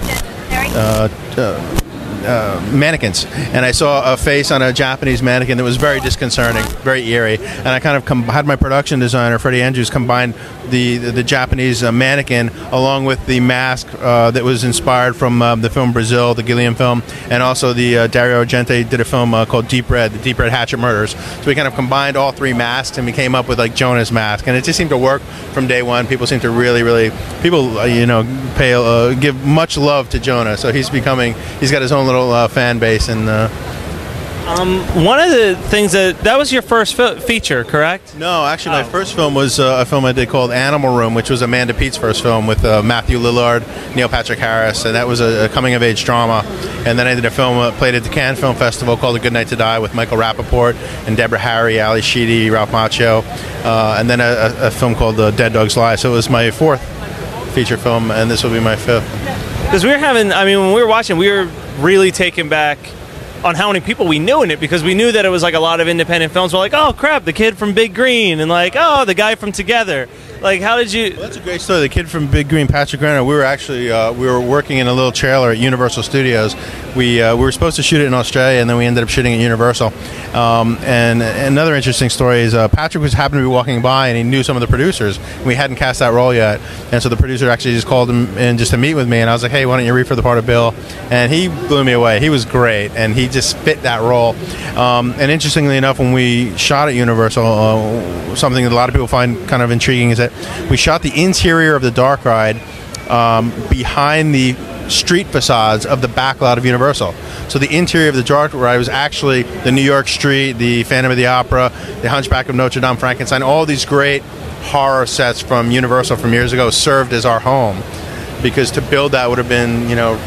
H: uh, uh, uh, mannequins, and I saw a face on a Japanese mannequin that was very disconcerting, very eerie. And I kind of com- had my production designer Freddie Andrews combine the the, the Japanese uh, mannequin along with the mask uh, that was inspired from um, the film Brazil, the Gilliam film, and also the uh, Dario Argento did a film uh, called Deep Red, the Deep Red Hatchet Murders. So we kind of combined all three masks, and we came up with like Jonah's mask, and it just seemed to work from day one. People seem to really, really people uh, you know pay uh, give much love to Jonah, so he's becoming he's got his own little uh, fan base and. Uh,
G: Um, One of the things that, that was your first fe- feature, correct? Oh.
H: No, actually, my first film was uh, a film I did called Animal Room, which was Amanda Pete's first film with uh, Matthew Lillard, Neil Patrick Harris, and that was a, a coming of age drama. And then I did a film uh, played at the Cannes Film Festival called A Good Night to Die with Michael Rappaport and Deborah Harry, Ali Sheedy, Ralph Macchio, uh, and then a, a- a film called uh, Dead Dogs Lie. So it was my fourth feature film, and this will be my fifth.
G: Because we were having, I mean, when we were watching, we were really taken back on how many people we knew in it because we knew that it was like a lot of independent films. We're like, oh crap, the kid from Big Green, and like, oh, the guy from Together. Like, how did you?
H: That's a great story. The kid from Big Green, Patrick Renner. We were actually uh, we were working in a little trailer at Universal Studios. We uh, we were supposed to shoot it in Australia, and then we ended up shooting at Universal. Um, and another interesting story is uh, Patrick was happened to be walking by, and he knew some of the producers. We hadn't cast that role yet, and so the producer actually just called him in just to meet with me. And I was like, "Hey, why don't you read for the part of Bill?" And he blew me away. He was great, and he just fit that role. Um, and interestingly enough, when we shot at Universal, uh, something that a lot of people find kind of intriguing is that we shot the interior of the dark ride um, behind the street facades of the back lot of Universal. So the interior of the dark ride was actually the New York street, the Phantom of the Opera, the Hunchback of Notre Dame, Frankenstein, all these great horror sets from Universal from years ago served as our home because to build that would have been, you know,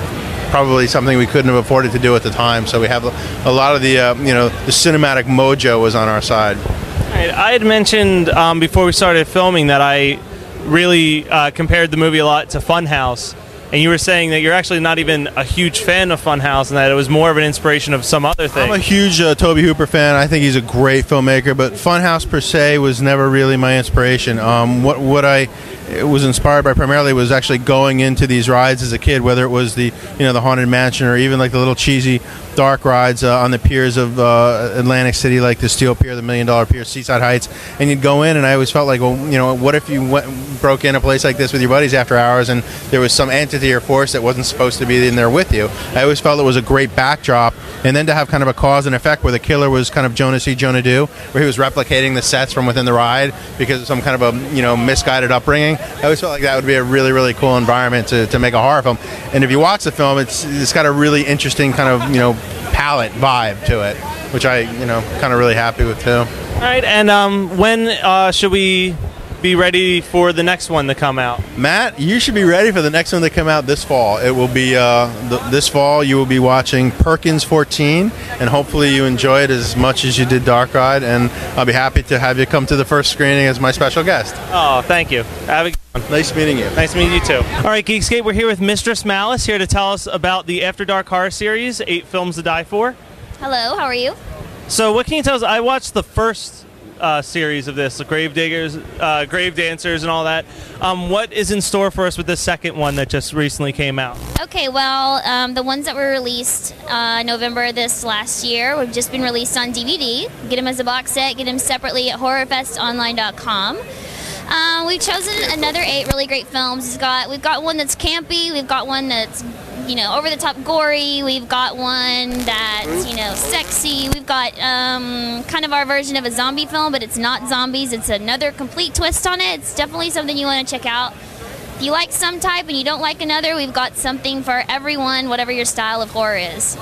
H: probably something we couldn't have afforded to do at the time. So we have a lot of the, uh, you know, the cinematic mojo was on our side.
G: Alright, I had mentioned um, before we started filming that I really uh, compared the movie a lot to Funhouse, and you were saying that you're actually not even a huge fan of Funhouse, and that it was more of an inspiration of some other thing.
H: I'm a huge uh, Toby Hooper fan. I think he's a great filmmaker, but Funhouse per se was never really my inspiration. Um, what what I it was inspired by primarily was actually going into these rides as a kid, whether it was the you know the haunted mansion or even like the little cheesy dark rides uh, on the piers of uh, Atlantic City, like the Steel Pier, the Million Dollar Pier, Seaside Heights, and you'd go in, and I always felt like, well, you know, what if you went, broke in a place like this with your buddies after hours, and there was some entity or force that wasn't supposed to be in there with you? I always felt it was a great backdrop, and then to have kind of a cause and effect where the killer was kind of Jonah C. Jonah Do, where he was replicating the sets from within the ride because of some kind of a you know misguided upbringing. I always felt like that would be a really really cool environment to, to make a horror film. And if you watch the film, it's it's got a really interesting kind of you know palette vibe to it, which I you know kind of really happy with too.
G: All right, and um, when uh, should we be ready for the next one to come out?
H: Matt, you should be ready for the next one to come out this fall. It will be uh, th- this fall. You will be watching Perkins 14, and hopefully you enjoy it as much as you did Dark Ride. And I'll be happy to have you come to the first screening as my special guest.
G: Oh, thank you. Have a good one.
H: Nice meeting you.
G: Nice meeting you too. All right, Geekscape, we're here with Mistress Malice here to tell us about the After Dark horror series, eight films to die for.
I: Hello, how are you?
G: So, what can you tell us? I watched the first uh, series of this, the Grave Diggers, uh, Grave Dancers, and all that. Um, what is in store for us with the second one that just recently came out?
I: Okay, well, um, the ones that were released uh, November this last year have just been released on DVD. Get them as a box set, get them separately at horrorfestonline.com. Uh, we've chosen another eight really great films. We've got, we've got one that's campy, we've got one that's, you know, over the top gory, we've got one that's, you know, sexy, we've got um, kind of our version of a zombie film, but it's not zombies, it's another complete twist on it. It's definitely something you want to check out. If you like some type and you don't like another, we've got something for everyone, whatever your style of horror is.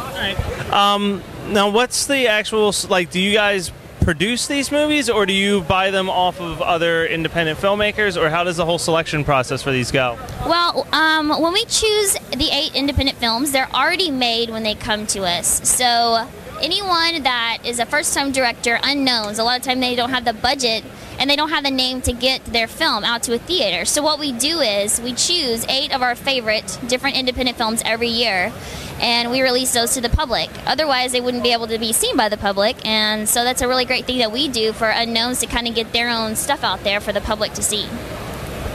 G: Um, Now, what's the actual s- like? Do you guys produce these movies, or do you buy them off of other independent filmmakers, or how does the whole selection process for these go?
I: Well, um, when we choose the eight independent films, they're already made when they come to us. So anyone that is a first-time director, unknowns, a lot of time they don't have the budget and they don't have the name to get their film out to a theater. So what we do is we choose eight of our favorite different independent films every year, and we release those to the public. Otherwise, they wouldn't be able to be seen by the public, and so that's a really great thing that we do for unknowns to kind of get their own stuff out there for the public to see.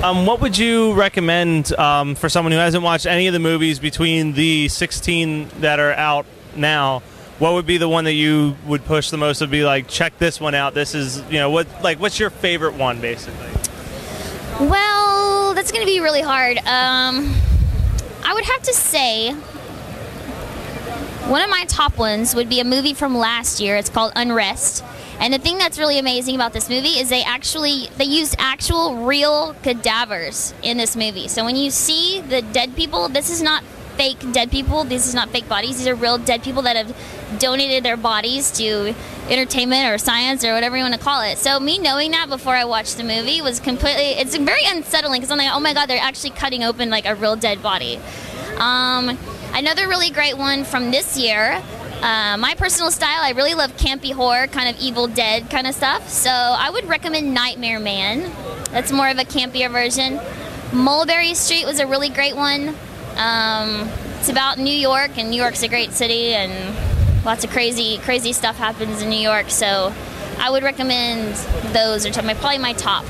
G: Um, what would you recommend um, for someone who hasn't watched any of the movies between the 16 that are out now? What would be the one that you would push the most? Would be like, check this one out. This is, you know, what like, what's your favorite one, basically?
I: Well, that's going to be really hard. Um, I would have to say one of my top ones would be a movie from last year. It's called Unrest. And the thing that's really amazing about this movie is they actually they used actual real cadavers in this movie. So when you see the dead people, this is not fake dead people. This is not fake bodies. These are real dead people that have donated their bodies to entertainment or science or whatever you want to call it. So me knowing that before I watched the movie was completely it's very unsettling because I'm like, oh my god, they're actually cutting open like a real dead body. Um, another really great one from this year. Uh, my personal style, I really love campy horror, kind of Evil Dead kind of stuff. So I would recommend Nightmare Man. That's more of a campier version. Mulberry Street was a really great one. Um, it's about New York, and New York's a great city, and lots of crazy, crazy stuff happens in New York. So I would recommend those are top- my probably my top.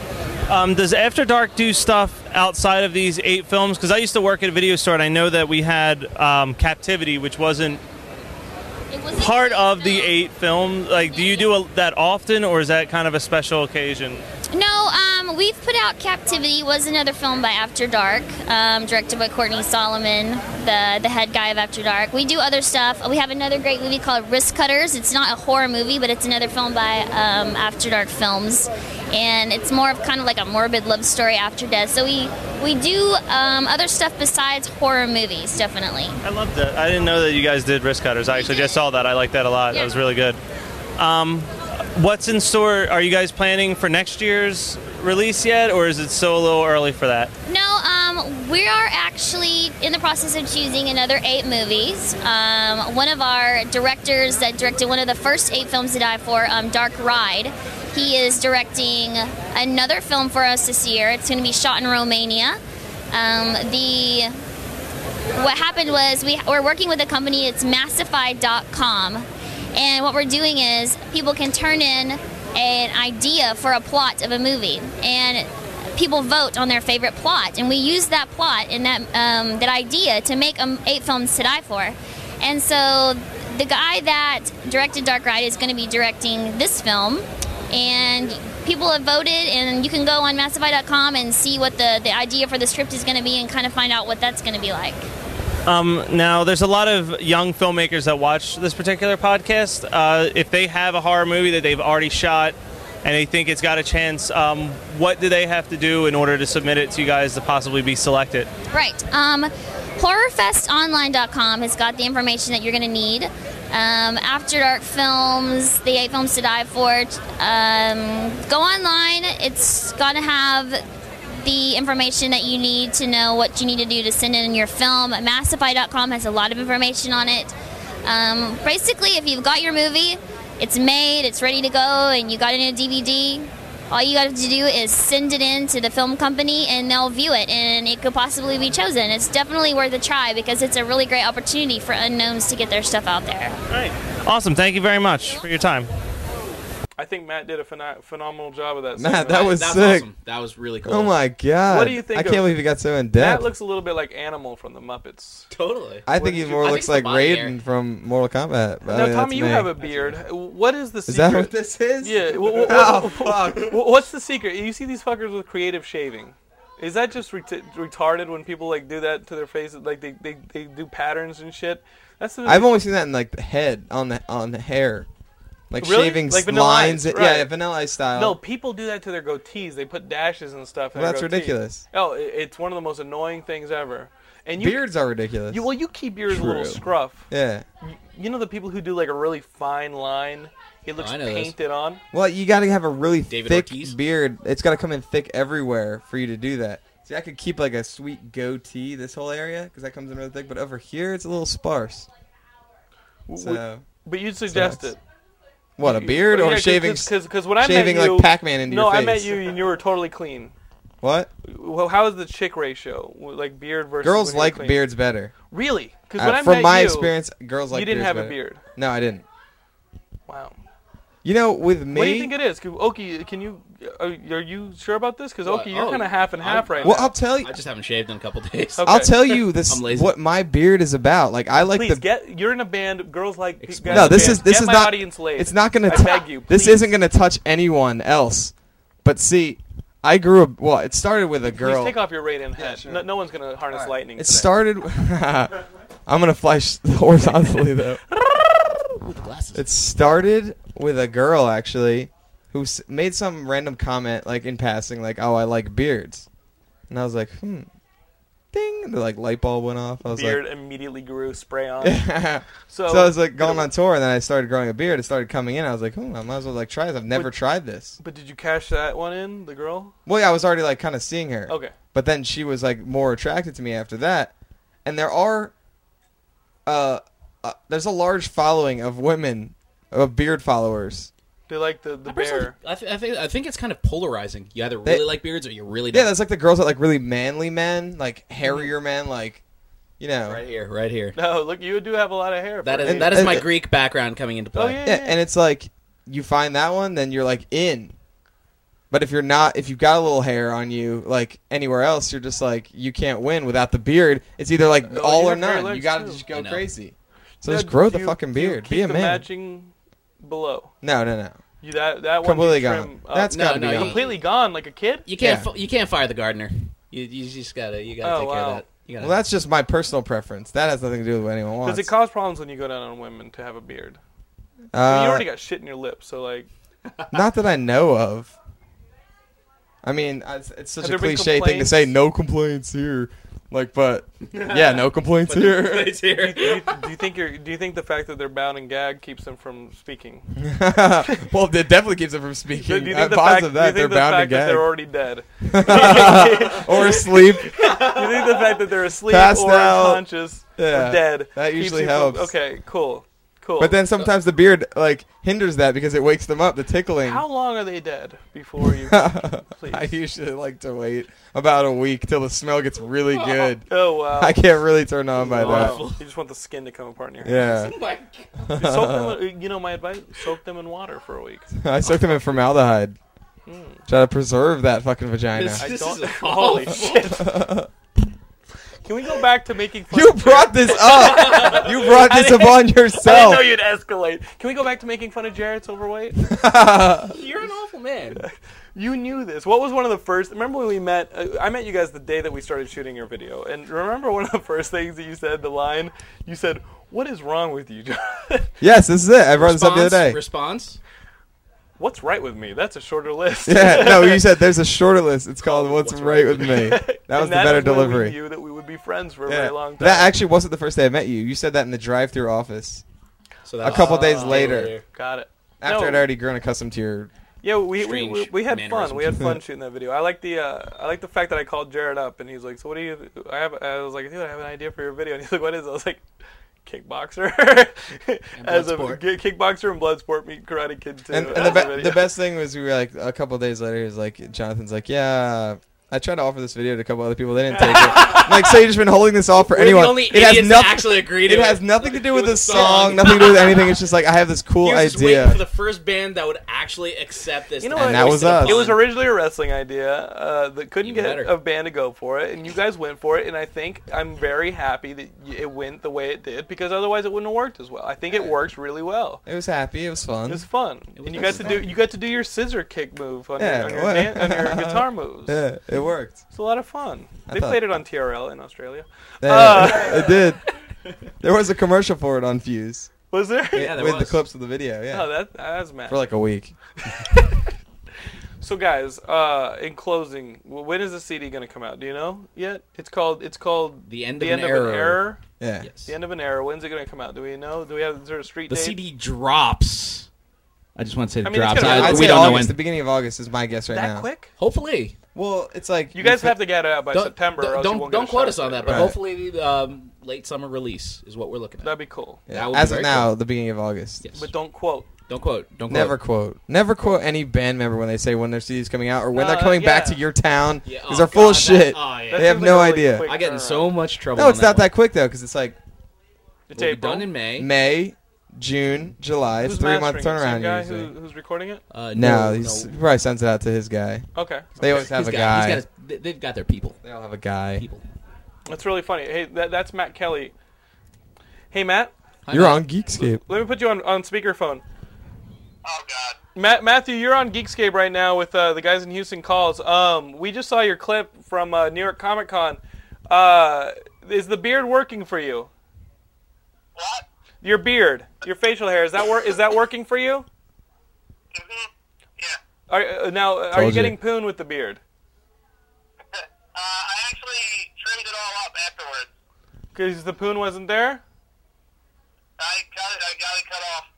G: Um, does After Dark do stuff outside of these eight films? Because I used to work at a video store, and I know that we had um, Captivity, which wasn't
I: It was
G: part of the eight film. Like, do you do a, that often, or is that kind of a special occasion?
I: No, um, we've put out Captivity was another film by After Dark, um, directed by Courtney Solomon, the the head guy of After Dark. We do other stuff. We have another great movie called Risk Cutters. It's not a horror movie, but it's another film by um, After Dark Films, and it's more of kind of like a morbid love story after death. So we we do um, other stuff besides horror movies, definitely.
G: I love that. I didn't know that you guys did wrist cutters. I actually just saw that. I like that a lot. That was really good. Um, what's in store? Are you guys planning for next year's release yet, or is it still a little early for that?
I: No, um, we are actually in the process of choosing another eight movies. Um, one of our directors that directed one of the first eight films that I for um, Dark Ride, he is directing another film for us this year. It's going to be shot in Romania. Um, the what happened was we, we're working with a company it's massify.com and what we're doing is people can turn in an idea for a plot of a movie and people vote on their favorite plot, and we used that plot and that um, that idea to make um, eight films to die for. And so, the guy that directed Dark Ride is going to be directing this film, and people have voted. And you can go on Massify.com and see what the the idea for the script is going to be, and kind of find out what that's going to be like.
G: Um, now, there's a lot of young filmmakers that watch this particular podcast. Uh, if they have a horror movie that they've already shot and they think it's got a chance, um, what do they have to do in order to submit it to you guys to possibly be selected?
I: Right. Um, HorrorFestOnline.com has got the information that you're going to need. Um, After Dark Films, The Eight Films to Die For. t- Um, go online. It's going to have the information that you need to know what you need to do to send in your film. Massify.com has a lot of information on it. Um, basically, if you've got your movie, it's made, it's ready to go, and you got it in a DVD, all you have to do is send it in to the film company and they'll view it and it could possibly be chosen. It's definitely worth a try because it's a really great opportunity for unknowns to get their stuff out there.
G: Awesome. Thank you very much for your time.
A: I think Matt did a pheno- phenomenal job of that.
B: Matt,
A: segment.
B: that was
D: That's
B: sick.
D: awesome. That was really cool.
B: Oh my god!
A: What do you think
B: I can't
A: of-
B: believe he got so in
A: Matt
B: depth.
A: looks a little bit like Animal from the Muppets.
D: Totally.
B: I think he
A: did you-
B: more
D: I think
B: looks
D: it's the
B: like
D: body
B: Raiden
D: hair.
B: from Mortal Kombat. but I
A: now,
B: mean,
A: Tommy,
B: that's
A: you
B: me.
A: have a beard. What is the
B: Is
A: secret?
B: that what this is?
A: Yeah. wha- wha-
B: Oh,
A: wha-
B: fuck.
A: wha- What's the secret? You see these fuckers with creative shaving. Is that just ret- retarded when people like do that to their faces? Like they, they, they do patterns and shit. That's the,
B: I've only seen that in like the head on the on the hair, like
A: Really?
B: shaving
A: Like Vanilla
B: lines.
A: Ice,
B: Yeah,
A: right.
B: Vanilla Ice style.
A: no people do that to their goatees. They put dashes and stuff. in
B: Well,
A: their
B: that's
A: goatees.
B: ridiculous.
A: Oh, it- it's one of the most annoying things ever. And you,
B: beards are ridiculous.
A: you well, you keep yours a little
B: True.
A: scruff.
B: yeah.
A: You know the people who do like a really fine line. It looks
D: Oh, I know those.
A: painted on.
B: Well, you got to have a really
D: David
B: thick
D: Ortiz?
B: beard. It's got to come in thick everywhere for you to do that. See, I could keep like a sweet goatee this whole area because that comes in really thick, but over here it's a little sparse.
A: W- w-
B: So,
A: but you'd suggest
B: Sucks.
A: it.
B: what a beard or shaving?
A: Because when I
B: shaving
A: met you,
B: like Pac-Man into
A: no,
B: your face.
A: I met you and you were totally clean.
B: What?
A: Well, how is the chick ratio? Like beard versus
B: Girls
A: when you're
B: like
A: clean?
B: beards better.
A: Really? Because
B: Uh,
A: when I
B: from
A: met
B: my
A: you,
B: experience, girls like.
A: you didn't
B: beards
A: have a
B: better.
A: beard.
B: No, I didn't.
A: Wow.
B: You know, with me,
A: What do you think it is? 'Cause, Oki, can you are, are you sure about this? Because
D: What?
A: Oki, you're
D: Oh,
A: kind of half and
D: I-
A: half right
B: well,
A: now.
B: I'll tell you,
D: I just haven't shaved in a couple days.
A: Okay.
B: I'll tell you this.
D: I'm lazy.
B: What my beard is about. Like I like
A: Please
B: the.
A: get. You're in a band. Girls like. guys
B: no,
A: in
B: this
A: bands.
B: is this
A: Get
B: is
A: my
B: not.
A: Audience laid.
B: It's not going to.
A: I beg you,
B: This
A: please.
B: isn't going to touch anyone else. But see, I grew up. Well, it started with a
A: Please
B: girl.
A: take off your radon hat.
B: sure.
A: no, no one's gonna harness lightning.
B: It
A: today.
B: started. I'm gonna flash horizontally though. It started with a girl actually, who s- made some random comment like in passing, like "Oh, I like beards," and I was like, "Hmm." Ding! The like light bulb went off. I was
A: Beard
B: like,
A: immediately grew spray on.
B: so,
A: So,
B: I was like going on tour, and then I started growing a beard. It started coming in. I was like, "Hmm, I might as well like try this. I've never
A: Would-
B: tried this."
A: But did you cash that one in? The girl.
B: Well, yeah, I was already like kind of seeing her.
A: Okay.
B: But then she was like more attracted to me after that, and there are, uh, uh there's a large following of women, of beard followers.
A: They like the the
D: I, personally-
A: bear.
D: I, th- I think I think it's kind of polarizing. You either
B: They-
D: really like beards or you really
B: Yeah,
D: don't.
B: that's like the girls that like really manly men, like hairier men, like, you know.
D: Mm-hmm. right here, right here.
A: No, look, you do have a lot of hair.
D: That is
A: Frank.
B: And-
D: that is my
B: and-
D: Greek background coming into play.
A: Oh yeah,
B: Yeah,
A: yeah.
B: and it's like you find that one, then you're like in. But if you're not, if you've got a little hair on you, like anywhere else, you're just like you can't win without the beard. It's either like
A: Oh,
B: all
A: you
B: or
A: have hairy
B: none. You
A: legs,
B: gotta
A: too.
B: just
D: I
B: go
D: know.
B: crazy. So
A: Now,
B: just grow
A: do
B: the
A: you-
B: fucking
A: do you
B: beard.
A: keep
B: Be a
A: the
B: man.
A: Matching below.
B: No, no, no.
A: You that that one
B: Completely
A: you trim
B: gone.
A: up.
B: That's
D: No,
B: gotta be.
D: no, you-
B: gone.
A: completely gone like a kid.
D: You can't
B: Yeah.
D: fi- you can't fire the gardener. You, you just gotta you gotta
A: Oh,
D: take care
A: wow.
D: of that. You gotta,
B: Well, that's just my personal preference. That has nothing to do with what anyone wants.
A: Does it cause problems when you go down on women to have a beard? I mean,
B: Uh,
A: you already got shit in your lips, so like,
B: not that I know of. I mean, I- it's, it's such
A: Have
B: a
A: there been
B: cliche thing to say.
A: complaints?
B: No complaints here. Like, but yeah, no complaints here.
D: It's here.
A: do you, do you think you're, do you think the fact that they're bound and gagged keeps them from speaking?
B: well, it definitely keeps them from
A: Do you
B: speaking.
A: think
B: I'm
A: the fact,
B: positive
A: do
B: that
A: you think
B: they're
A: the
B: bound to
A: fact that
B: gag
A: they're already dead? do you
B: or asleep.
A: think the fact that they're asleep
B: Passed
A: or
B: out.
A: unconscious
B: Yeah,
A: or dead
B: that
A: keeps
B: usually
A: you
B: helps.
A: From, okay, cool, cool. Uh,
B: But then sometimes the beard like hinders that because it wakes them up. The tickling.
A: how long are they dead before you?
B: I
A: please.
B: usually like to wait about a week till the smell gets really good.
A: Oh wow.
B: I can't really turn on by that.
A: You just want the skin to come apart in your hand.
B: Yeah,
D: Oh
A: Soak them in, you know my advice: soak them in water for a week.
B: I soaked them in formaldehyde.
A: Hmm.
B: Try to preserve that fucking vagina.
A: I
D: This
A: don't-
D: is a-
A: holy shit. Can we go back to making fun
B: You
A: of
B: brought this up. You brought
A: I
B: this
A: didn't-
B: upon
A: I didn't
B: yourself.
A: know you'd escalate. Can we go back to making fun of Jarrett's overweight?
D: You're an awful man.
A: You knew this. What was one of the first? Remember when we met? Uh, I met you guys the day that we started shooting your video. And remember one of the first things that you said? The line you said, "What is wrong with you, John?
B: Yes, this is it. I brought this up the other day.
D: Response.
A: What's right with me?" That's a shorter list.
B: Yeah, no, you said there's a shorter list. It's called "What's, Right with Me." That
A: Oh, And
B: was the better
A: is when
B: delivery.
A: We knew that we would be friends for a
B: Yeah.
A: very long time.
B: That actually wasn't the first day I met you. You said that in the drive-through office
D: So
B: a
D: that's
B: couple days later,
A: got it.
B: after
A: No.
B: I'd already grown accustomed to your.
A: Yeah, we, we,
D: Strange
A: we, we had fun. We had
B: mannerisms.
A: fun shooting that video. I like the uh, I like the fact that I called Jared up and he's like, "So what do you?" I have I was like, "Dude, I have an idea for your video." And he's like, "What is?" it? I was like, "Kickboxer." As a
D: Bloodsport.
A: ki- kickboxer and Bloodsport meet Karate Kid too.
B: And, and
A: as
B: the,
A: a
B: be-
A: video.
B: the best thing was we were like a couple days later. He was like, Jonathan's like, yeah. I tried to offer this video to a couple other people. They didn't take it. I'm like, so you've just been holding this off for
D: We're
B: anyone?
D: the only
B: it
D: idiots
B: has
D: that
B: nothing.
D: actually agreed to
B: It has nothing to do with
D: the
B: the song.
D: song.
B: Nothing to do with anything. It's just like I have this cool
D: He was just waiting
B: idea.
D: for the first band that would actually accept this.
A: You know
D: to
A: what?
B: And
D: voice
B: that was
D: it
B: us.
D: upon.
A: It was originally a wrestling idea uh, that couldn't
D: Even
A: get
D: better.
A: a band to go for it, and you guys went for it. And I think I'm very happy that y- it went the way it did because otherwise it wouldn't have worked as well. I think it works really well.
B: It was happy. It was fun.
A: It was fun, and you got to do you got to do your scissor kick move on
B: Yeah,
A: your on your,
B: what-
A: dan- on your guitar moves.
B: yeah, it worked.
A: It's a lot of fun.
B: I
A: They
B: thought-
A: played it on TRL in Australia. Uh,
B: Yeah,
A: Ah.
B: it did. There was a commercial for it on Fuse
A: Was there?
D: Yeah, there
B: with the
D: was.
B: clips of the video. Yeah,
A: Oh, that that's mad.
B: for like a week.
A: so, guys, uh, in closing, w- when is the CD going to come out? Do you know yet? It's called it's called
D: The End
A: the
D: of
A: end
D: an
A: of
D: Era.
A: an error.
B: Yeah.
D: Yes.
A: The end of an era. When's it going to come out? Do we know? Do we have sort of street
D: The
A: date?
D: CD drops. I just want to say it
A: I mean, it's
D: drops.
A: gonna-
D: I-
A: I'd
B: I'd
D: we
B: say
D: don't
B: August,
D: know when.
B: the beginning of August is my guess right
A: that
B: now.
A: quick?
D: hopefully,
B: Well, it's like
A: You guys have to get it out by
D: don't,
A: September. or else you
D: Don't
A: won't
D: don't,
A: get a
D: quote
A: shot
D: us on
A: at
D: that,
A: it.
D: but
B: Right.
D: hopefully, the um, late summer release is what we're looking at.
A: That'd be cool.
B: Yeah,
D: that would be
B: as of
D: very
B: now, the beginning of August.
D: Yes.
A: But don't quote.
D: Don't quote. Don't quote.
B: Never quote. Never quote any band member when they say when their CD is coming out or when
A: Uh,
B: they're coming back
A: yeah.
B: to your town.
D: Yeah,
B: Because
D: oh
B: they're full
D: God,
B: of
D: that-
B: shit.
D: oh, yeah.
A: That
B: They have
A: seems like a
B: no
A: really
B: idea.
A: quick
D: I get in
A: turnaround.
D: so much trouble.
B: no, it's
D: on
B: not
D: that
B: that quick though, because it's like
D: One. We'll
A: It's
D: be
A: April.
D: done in May.
B: May, June, July. It's
A: Who's
B: three month
A: mastering it? Same
B: turnaround
A: guy
B: usually.
A: who, who's recording it?
D: Uh,
B: no, he's, he probably sends it out to his guy.
A: Okay.
B: They always have
D: He's
B: a
D: got- he's
B: guy.
D: got his- they- they've got their people.
B: They all have a guy.
D: People.
A: That's really funny. Hey, that, that's Matt Kelly. Hey, Matt,
D: Hi,
B: You're
D: Matt.
B: on Geekscape.
A: let me put you on, on speakerphone.
J: Oh God.
A: Matt, Matthew, you're on Geekscape right now with uh, the guys in Houston Calls. Um, we just saw your clip from uh, New York Comic Con. Uh, is the beard working for you?
J: What?
A: Your beard, your facial hair, is that wor- is that working for you?
J: Mhm. Yeah.
A: Are, uh, now, uh, are
B: Told
A: you
B: you.
A: getting poon with the beard?
J: Uh, I actually trimmed it all up afterwards.
A: Because the poon wasn't there.
J: I got it. I got it cut off.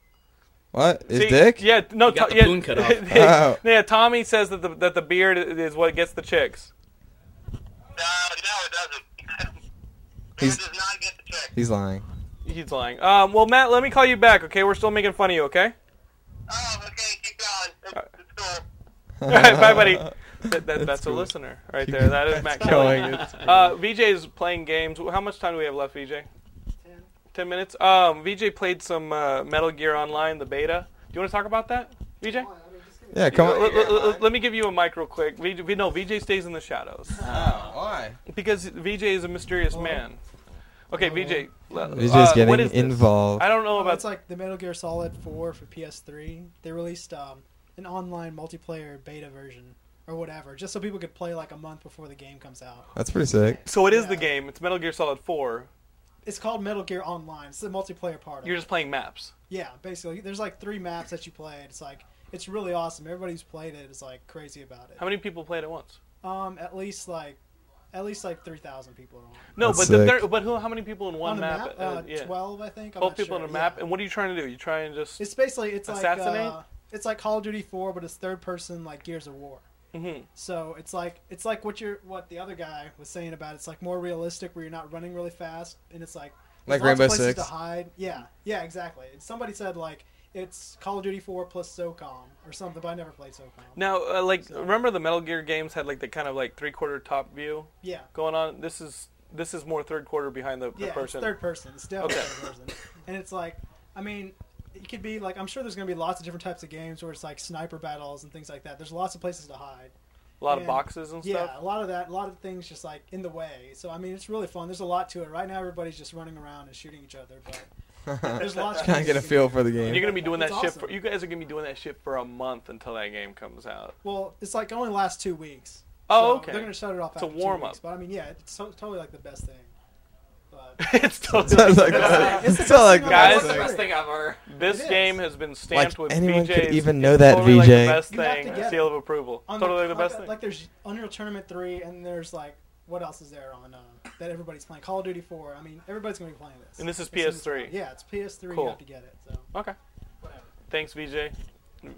B: What? His
A: See,
B: dick?
A: Yeah, no.
D: got
A: To-
D: the
A: yeah,
D: poon cut off.
B: Oh.
A: Yeah, Tommy says that the that the beard is what gets the chicks.
J: No, no, it doesn't. Beard
B: He's-
J: does not get the check.
B: He's lying.
A: He's lying. Um, well, Matt, let me call you back. Okay, we're still making fun of you. Okay. Uh,
J: Oh, okay. Keep going. It's, it's cool.
A: All right, bye, buddy. That, that, that's a listener right there. That is Matt Kelly.
B: going. It's
A: Uh, VJ is playing games. How much time do we have left, VJ?
F: Ten.
A: Ten minutes. Um, VJ played some uh, Metal Gear Online, the beta. Do you want to talk about that, VJ?
F: Come on, I mean, just give me
B: Yeah, come
A: Let,
B: on.
A: let- let- let me give you a mic real quick. VJ, no, VJ stays in the shadows
B: Oh, Why?
A: because VJ is a mysterious man. Okay, VJ. le-
B: He's
A: uh,
B: just
A: what
B: getting
A: is this?
B: involved.
A: I don't know
F: Oh,
A: about.
F: it's like the Metal Gear Solid 4 for PS3. They released um, an online multiplayer beta version or whatever, just so people could play like a month before the game comes out.
B: That's pretty sick.
A: so it is
F: yeah.
A: the game. It's Metal Gear Solid Four.
F: It's called Metal Gear Online. It's the multiplayer part. Of
A: You're
F: it.
A: just playing maps.
F: Yeah, basically, there's like three maps that you play. and It's like it's really awesome. Everybody who's played it is like crazy about it.
A: How many people played at once?
F: Um, at least like, at least like three thousand people are on. it.
A: No,
B: That's
A: but the
B: sick.
A: thir- but who? How many people in one
F: on the
A: map?
F: map,
A: Uh,
F: uh,
A: yeah.
F: twelve, I think. I'm
A: Twelve
F: not
A: people
F: sure.
A: on a map.
F: yeah.
A: And what are you trying to do? You try and just
F: It's basically it's like
A: Assassinate?
F: uh, it's like Call of Duty Four, but it's third person like Gears of War.
A: Mhm.
F: So it's like it's like what you're what the other guy was saying about it's like more realistic where you're not running really fast and it's like there's lots
B: Like
F: of
B: Rainbow
F: places
B: Six?
F: to hide. Yeah, yeah, exactly. And somebody said like it's Call of Duty Four plus SOCOM or something, but I never played SOCOM.
A: now, uh, like, remember the Metal Gear games had like the kind of like three quarter top view
F: Yeah,
A: going on. This is this is more third quarter behind the, the
F: yeah, it's
A: person.
F: third person. It's definitely
A: Okay.
F: third person, and it's like I mean it could be like I'm sure there's going to be lots of different types of games where it's like sniper battles and things like that. There's lots of places to hide.
A: A lot of boxes and
F: yeah,
A: stuff?
F: a lot of that, a lot of things just like in the way. So I mean, it's really fun. There's a lot to it. Right now, everybody's just running around and shooting each other, but there's lots. of
B: Trying to
F: things
B: get a
F: you can
B: feel
F: do.
B: for the game.
A: And you're gonna be doing that
F: It's
A: shit.
F: awesome.
A: For, you guys are gonna be doing that shit for a month until that game comes out.
F: Well, it's like only lasts two weeks.
A: Oh,
F: So
A: okay.
F: They're gonna shut it off.
A: It's a
F: after two
A: warm-up.
F: weeks. But I mean, yeah, it's so, totally like the best thing. But
A: it's totally
B: Sounds like
F: It's the
B: sounds like
A: Guys,
E: That's the best thing ever.
A: This
F: It is.
A: game has been stamped
B: Like,
A: with
B: anyone
A: VJ's.
B: could even
A: it's
B: know that,
A: totally Like
B: VJ.
A: the best
F: You have to
A: thing,
F: get
A: seal of approval.
F: on
A: Totally the
F: like,
A: best thing.
F: Like there's Unreal Tournament three, and there's like what else is there on um, that everybody's playing? Call of Duty four. I mean, everybody's gonna be playing this.
A: And this is
F: As soon as-
A: PS3.
F: Yeah, it's PS3.
A: Cool.
F: You have to get it. So
A: Okay. Thanks, VJ.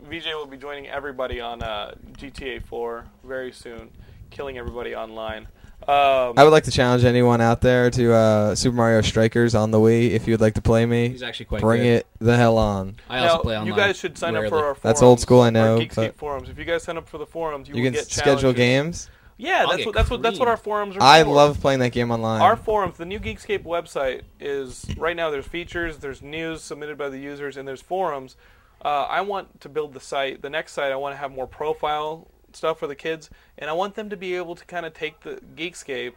A: VJ will be joining everybody on uh, GTA 4 very soon, killing everybody online. Um,
B: I would like to challenge anyone out there to uh, Super Mario Strikers on the Wii. If you'd like to play me,
D: He's actually quite
B: bring
D: good.
B: it the hell on.
D: I also
A: now,
D: play online.
A: You guys should sign up for
D: rarely.
A: our forums.
B: That's old school, I know,
A: Our Geekscape
B: but-
A: forums. If you guys sign up for the forums, you,
B: You
A: will
B: can
A: get
B: schedule
A: challenges.
B: games.
A: Yeah,
D: I'll
A: that's
D: get
A: what that's what that's what
D: creamed.
A: our forums are.
B: I
A: for.
B: love playing that game online.
A: Our forums, the new Geekscape website is right now. There's features, there's news submitted by the users, and there's forums. Uh, I want to build the site. The next site, I want to have more profile stuff for the kids, and I want them to be able to kind of take the Geekscape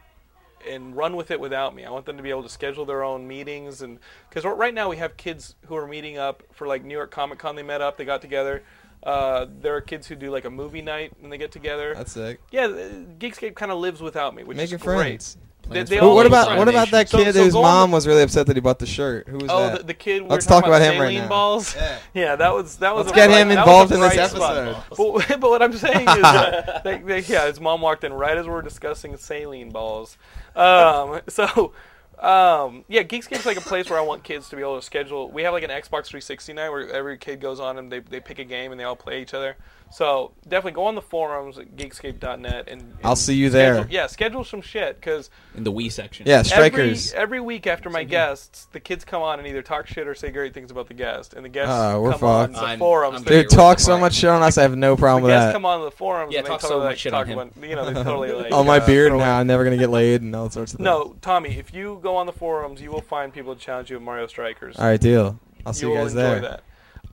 A: and run with it without me. I want them to be able to schedule their own meetings and because right now we have kids who are meeting up for like New York Comic Con. They met up, they got together. Uh, there are kids who do like a movie night and they get together.
B: That's sick.
A: Yeah, uh, Geekscape kind of lives without me, which
B: Make
A: is
B: your
A: great.
B: friends.
A: They, they
B: Well,
A: all
B: what
A: live
B: about
A: without
B: what
A: me.
B: about that
A: So-
B: kid
A: so
B: whose
A: go on
B: mom
A: the-
B: was really upset that he bought the shirt? Who was
A: Oh,
B: that?
A: the, the kid. we
B: Let's
A: were talking
B: talk about him right
A: saline
B: now.
A: Balls. Yeah. that was that was.
B: Let's
A: a
B: get
A: bright-
B: him
A: that was a
B: involved in this
A: bright spot. But, but what I'm saying is, uh, they, they, yeah, his mom walked in right as we were discussing saline balls. Um, so. Um, yeah, Geekscape's like a place where I want kids to be able to schedule. We have like an Xbox 360 night where every kid goes on and they, they pick a game and they all play each other. So definitely go on the forums at geekscape.net and, and
B: I'll see you there.
A: schedule- yeah, schedule some shit because
D: in the Wii section.
B: yeah, Strikers.
A: Every, every week after my guests, the kids come on and either talk shit or say great things about the guest, and the guests
B: Ah, we're
A: come on
B: fucked.
A: the
D: I'm-
A: forums.
D: I'm
A: they-
D: very-
B: Dude,
D: You're
B: talk
D: right.
B: so much shit on us. I have no problem
A: the
B: with
A: guests
B: that.
A: come on the forums.
D: Yeah,
A: and they
D: talk so
A: totally,
D: much
A: like,
D: shit
A: talk
D: on him.
A: about- you know, they totally like.
B: On Oh, my
A: uh,
B: beard
A: throw
B: now,
A: out-
B: I'm never gonna get laid and all sorts of things.
A: No, Tommy, if you go on the forums, you will find people to challenge you with Mario Strikers.
B: All right, deal. I'll see you,
A: will
B: guys
A: enjoy
B: there.
A: That.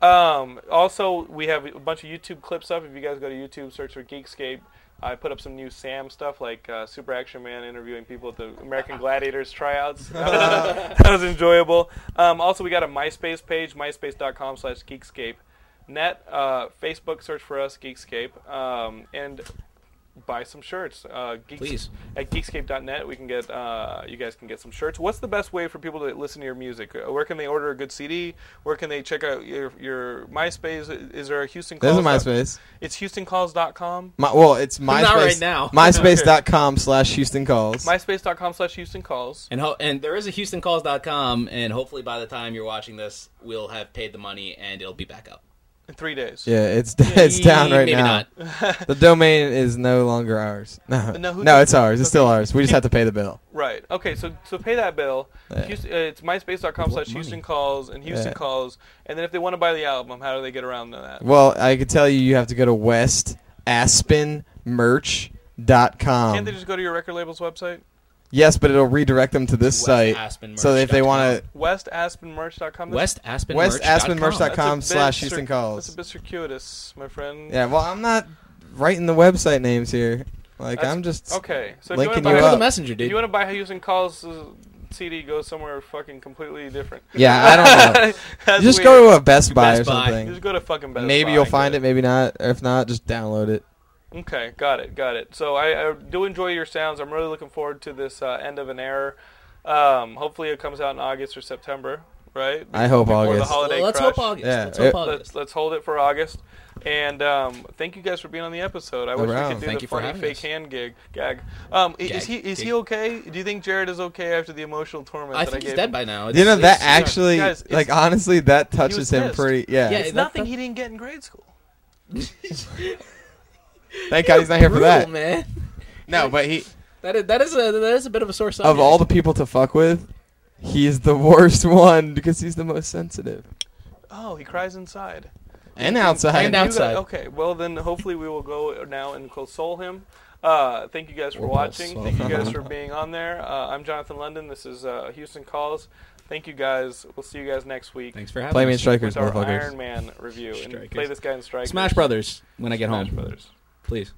A: Um, also, we have a bunch of YouTube clip stuff. If you guys go to YouTube, search for Geekscape. I put up some new Sam stuff, like uh, Super Action Man interviewing people at the American Gladiators tryouts. That was, that was enjoyable. Um, also, we got a MySpace page, myspace.com slash Geekscape. Net, uh, Facebook, search for us, Geekscape. Um, and buy some shirts. Uh, geeks,
D: Please.
A: At geekscape.net, we can get, uh, you guys can get some shirts. What's the best way for people to listen to your music? Uh, Where can they order a good CD? Where can they check out your, your MySpace? Is there a Houston
B: There's
A: Calls?
B: a MySpace.
A: It's HoustonCalls.com.
B: My, well, it's MySpace.
D: Not right now.
B: MySpace.com slash Houston Calls.
A: MySpace.com slash Houston Calls.
D: And ho- and there is a HoustonCalls.com, and hopefully by the time you're watching this, we'll have paid the money and it'll be back up.
A: In three days.
B: Yeah, it's it's down right
D: Maybe
B: now.
D: not.
B: The domain is no longer ours. No,
A: No, who
B: no,
A: did-
B: it's ours. It's still ours. We just have to pay the bill.
A: Right. Okay. So so pay that bill.
B: Yeah.
A: Houston, uh, it's myspace.com slash Houston Calls and Houston
B: Yeah.
A: Calls. And then if they want to buy the album, how do they get around to that?
B: Well, I could tell you, you have to go to West Aspen Merch. Dot com.
A: Can't they just go to your record label's website?
B: yes, but it'll redirect them to this site. So if they want to,
A: WestAspenMerch.com. That's-
D: WestAspenMerch.com.
B: WestAspenMerch.com.
A: that's a bit
B: slash
A: cir-
B: Houston Calls.
A: That's a bit circuitous, my friend.
B: yeah. Well, I'm not writing the website names here. Like
A: That's-
B: I'm just
A: Okay. So
B: linking
A: if you
B: you
A: want
B: up.
D: the
A: to buy,
D: messenger,
A: if
D: dude.
A: you want to buy Houston Calls' uh, CD, go somewhere fucking completely different.
B: Yeah, I don't know.
A: That's
B: just
A: weird.
B: go to a Best Buy or
D: Best Buy.
B: something.
A: Just go to fucking Best
B: maybe
A: Buy
B: you'll
A: and
B: find
A: get
B: it, maybe not. Or if not, just download it.
A: Okay, got it, got it. So I, I do enjoy your sounds. I'm really looking forward to this uh, end of an era. Um, hopefully it comes out in August or September, right?
B: I hope
A: Before The
B: August.
A: holiday
D: let's
A: crush.
D: hope August.
B: Yeah,
D: let's hope
B: it-
D: August.
A: Let's, let's hold it for August. And um, thank you guys for being on the episode. I wish we
B: Around.
A: could do
D: Thank
A: the
D: you for
A: funny
D: having
A: fake
D: us.
A: hand gig gag. Um, i-
D: Gag.
A: Is he is he
D: Gig.
A: okay? Do you think Jared is okay after the emotional torment?
D: I
A: that
D: think
A: I
D: he's
A: gave
D: dead
A: him?
D: by now.
B: You know
D: It's-
B: that
D: it's-
B: actually,
A: Guys, it's-
B: like honestly, that touches
A: was
B: him
A: pissed.
B: pretty. Yeah.
D: Yeah,
A: It's
D: that-
A: nothing
D: that-
A: he didn't get in grade school.
B: Thank God he's not here for that.
D: brutal, man.
B: No, but he
D: That is, that is a that is a bit of a source
B: of all the people to fuck with, he's the worst one because he's the most sensitive
A: Oh, he cries inside.
B: and outside.
D: And
A: You
D: outside.
A: guys- okay, well then hopefully we will go now and console him. Uh, thank you guys for watching. Thank you guys for being on there. Uh, I'm Jonathan London. This is uh, Houston Calls. Thank you guys. We'll see you guys next week.
D: Thanks for having
K: Play
D: us.
K: me in Strikers,
A: with our
K: motherfuckers.
A: Iron Man review and
D: Strikers.
A: play this guy in Strikers.
D: Smash Brothers when I get home.
A: Brothers.
D: Please.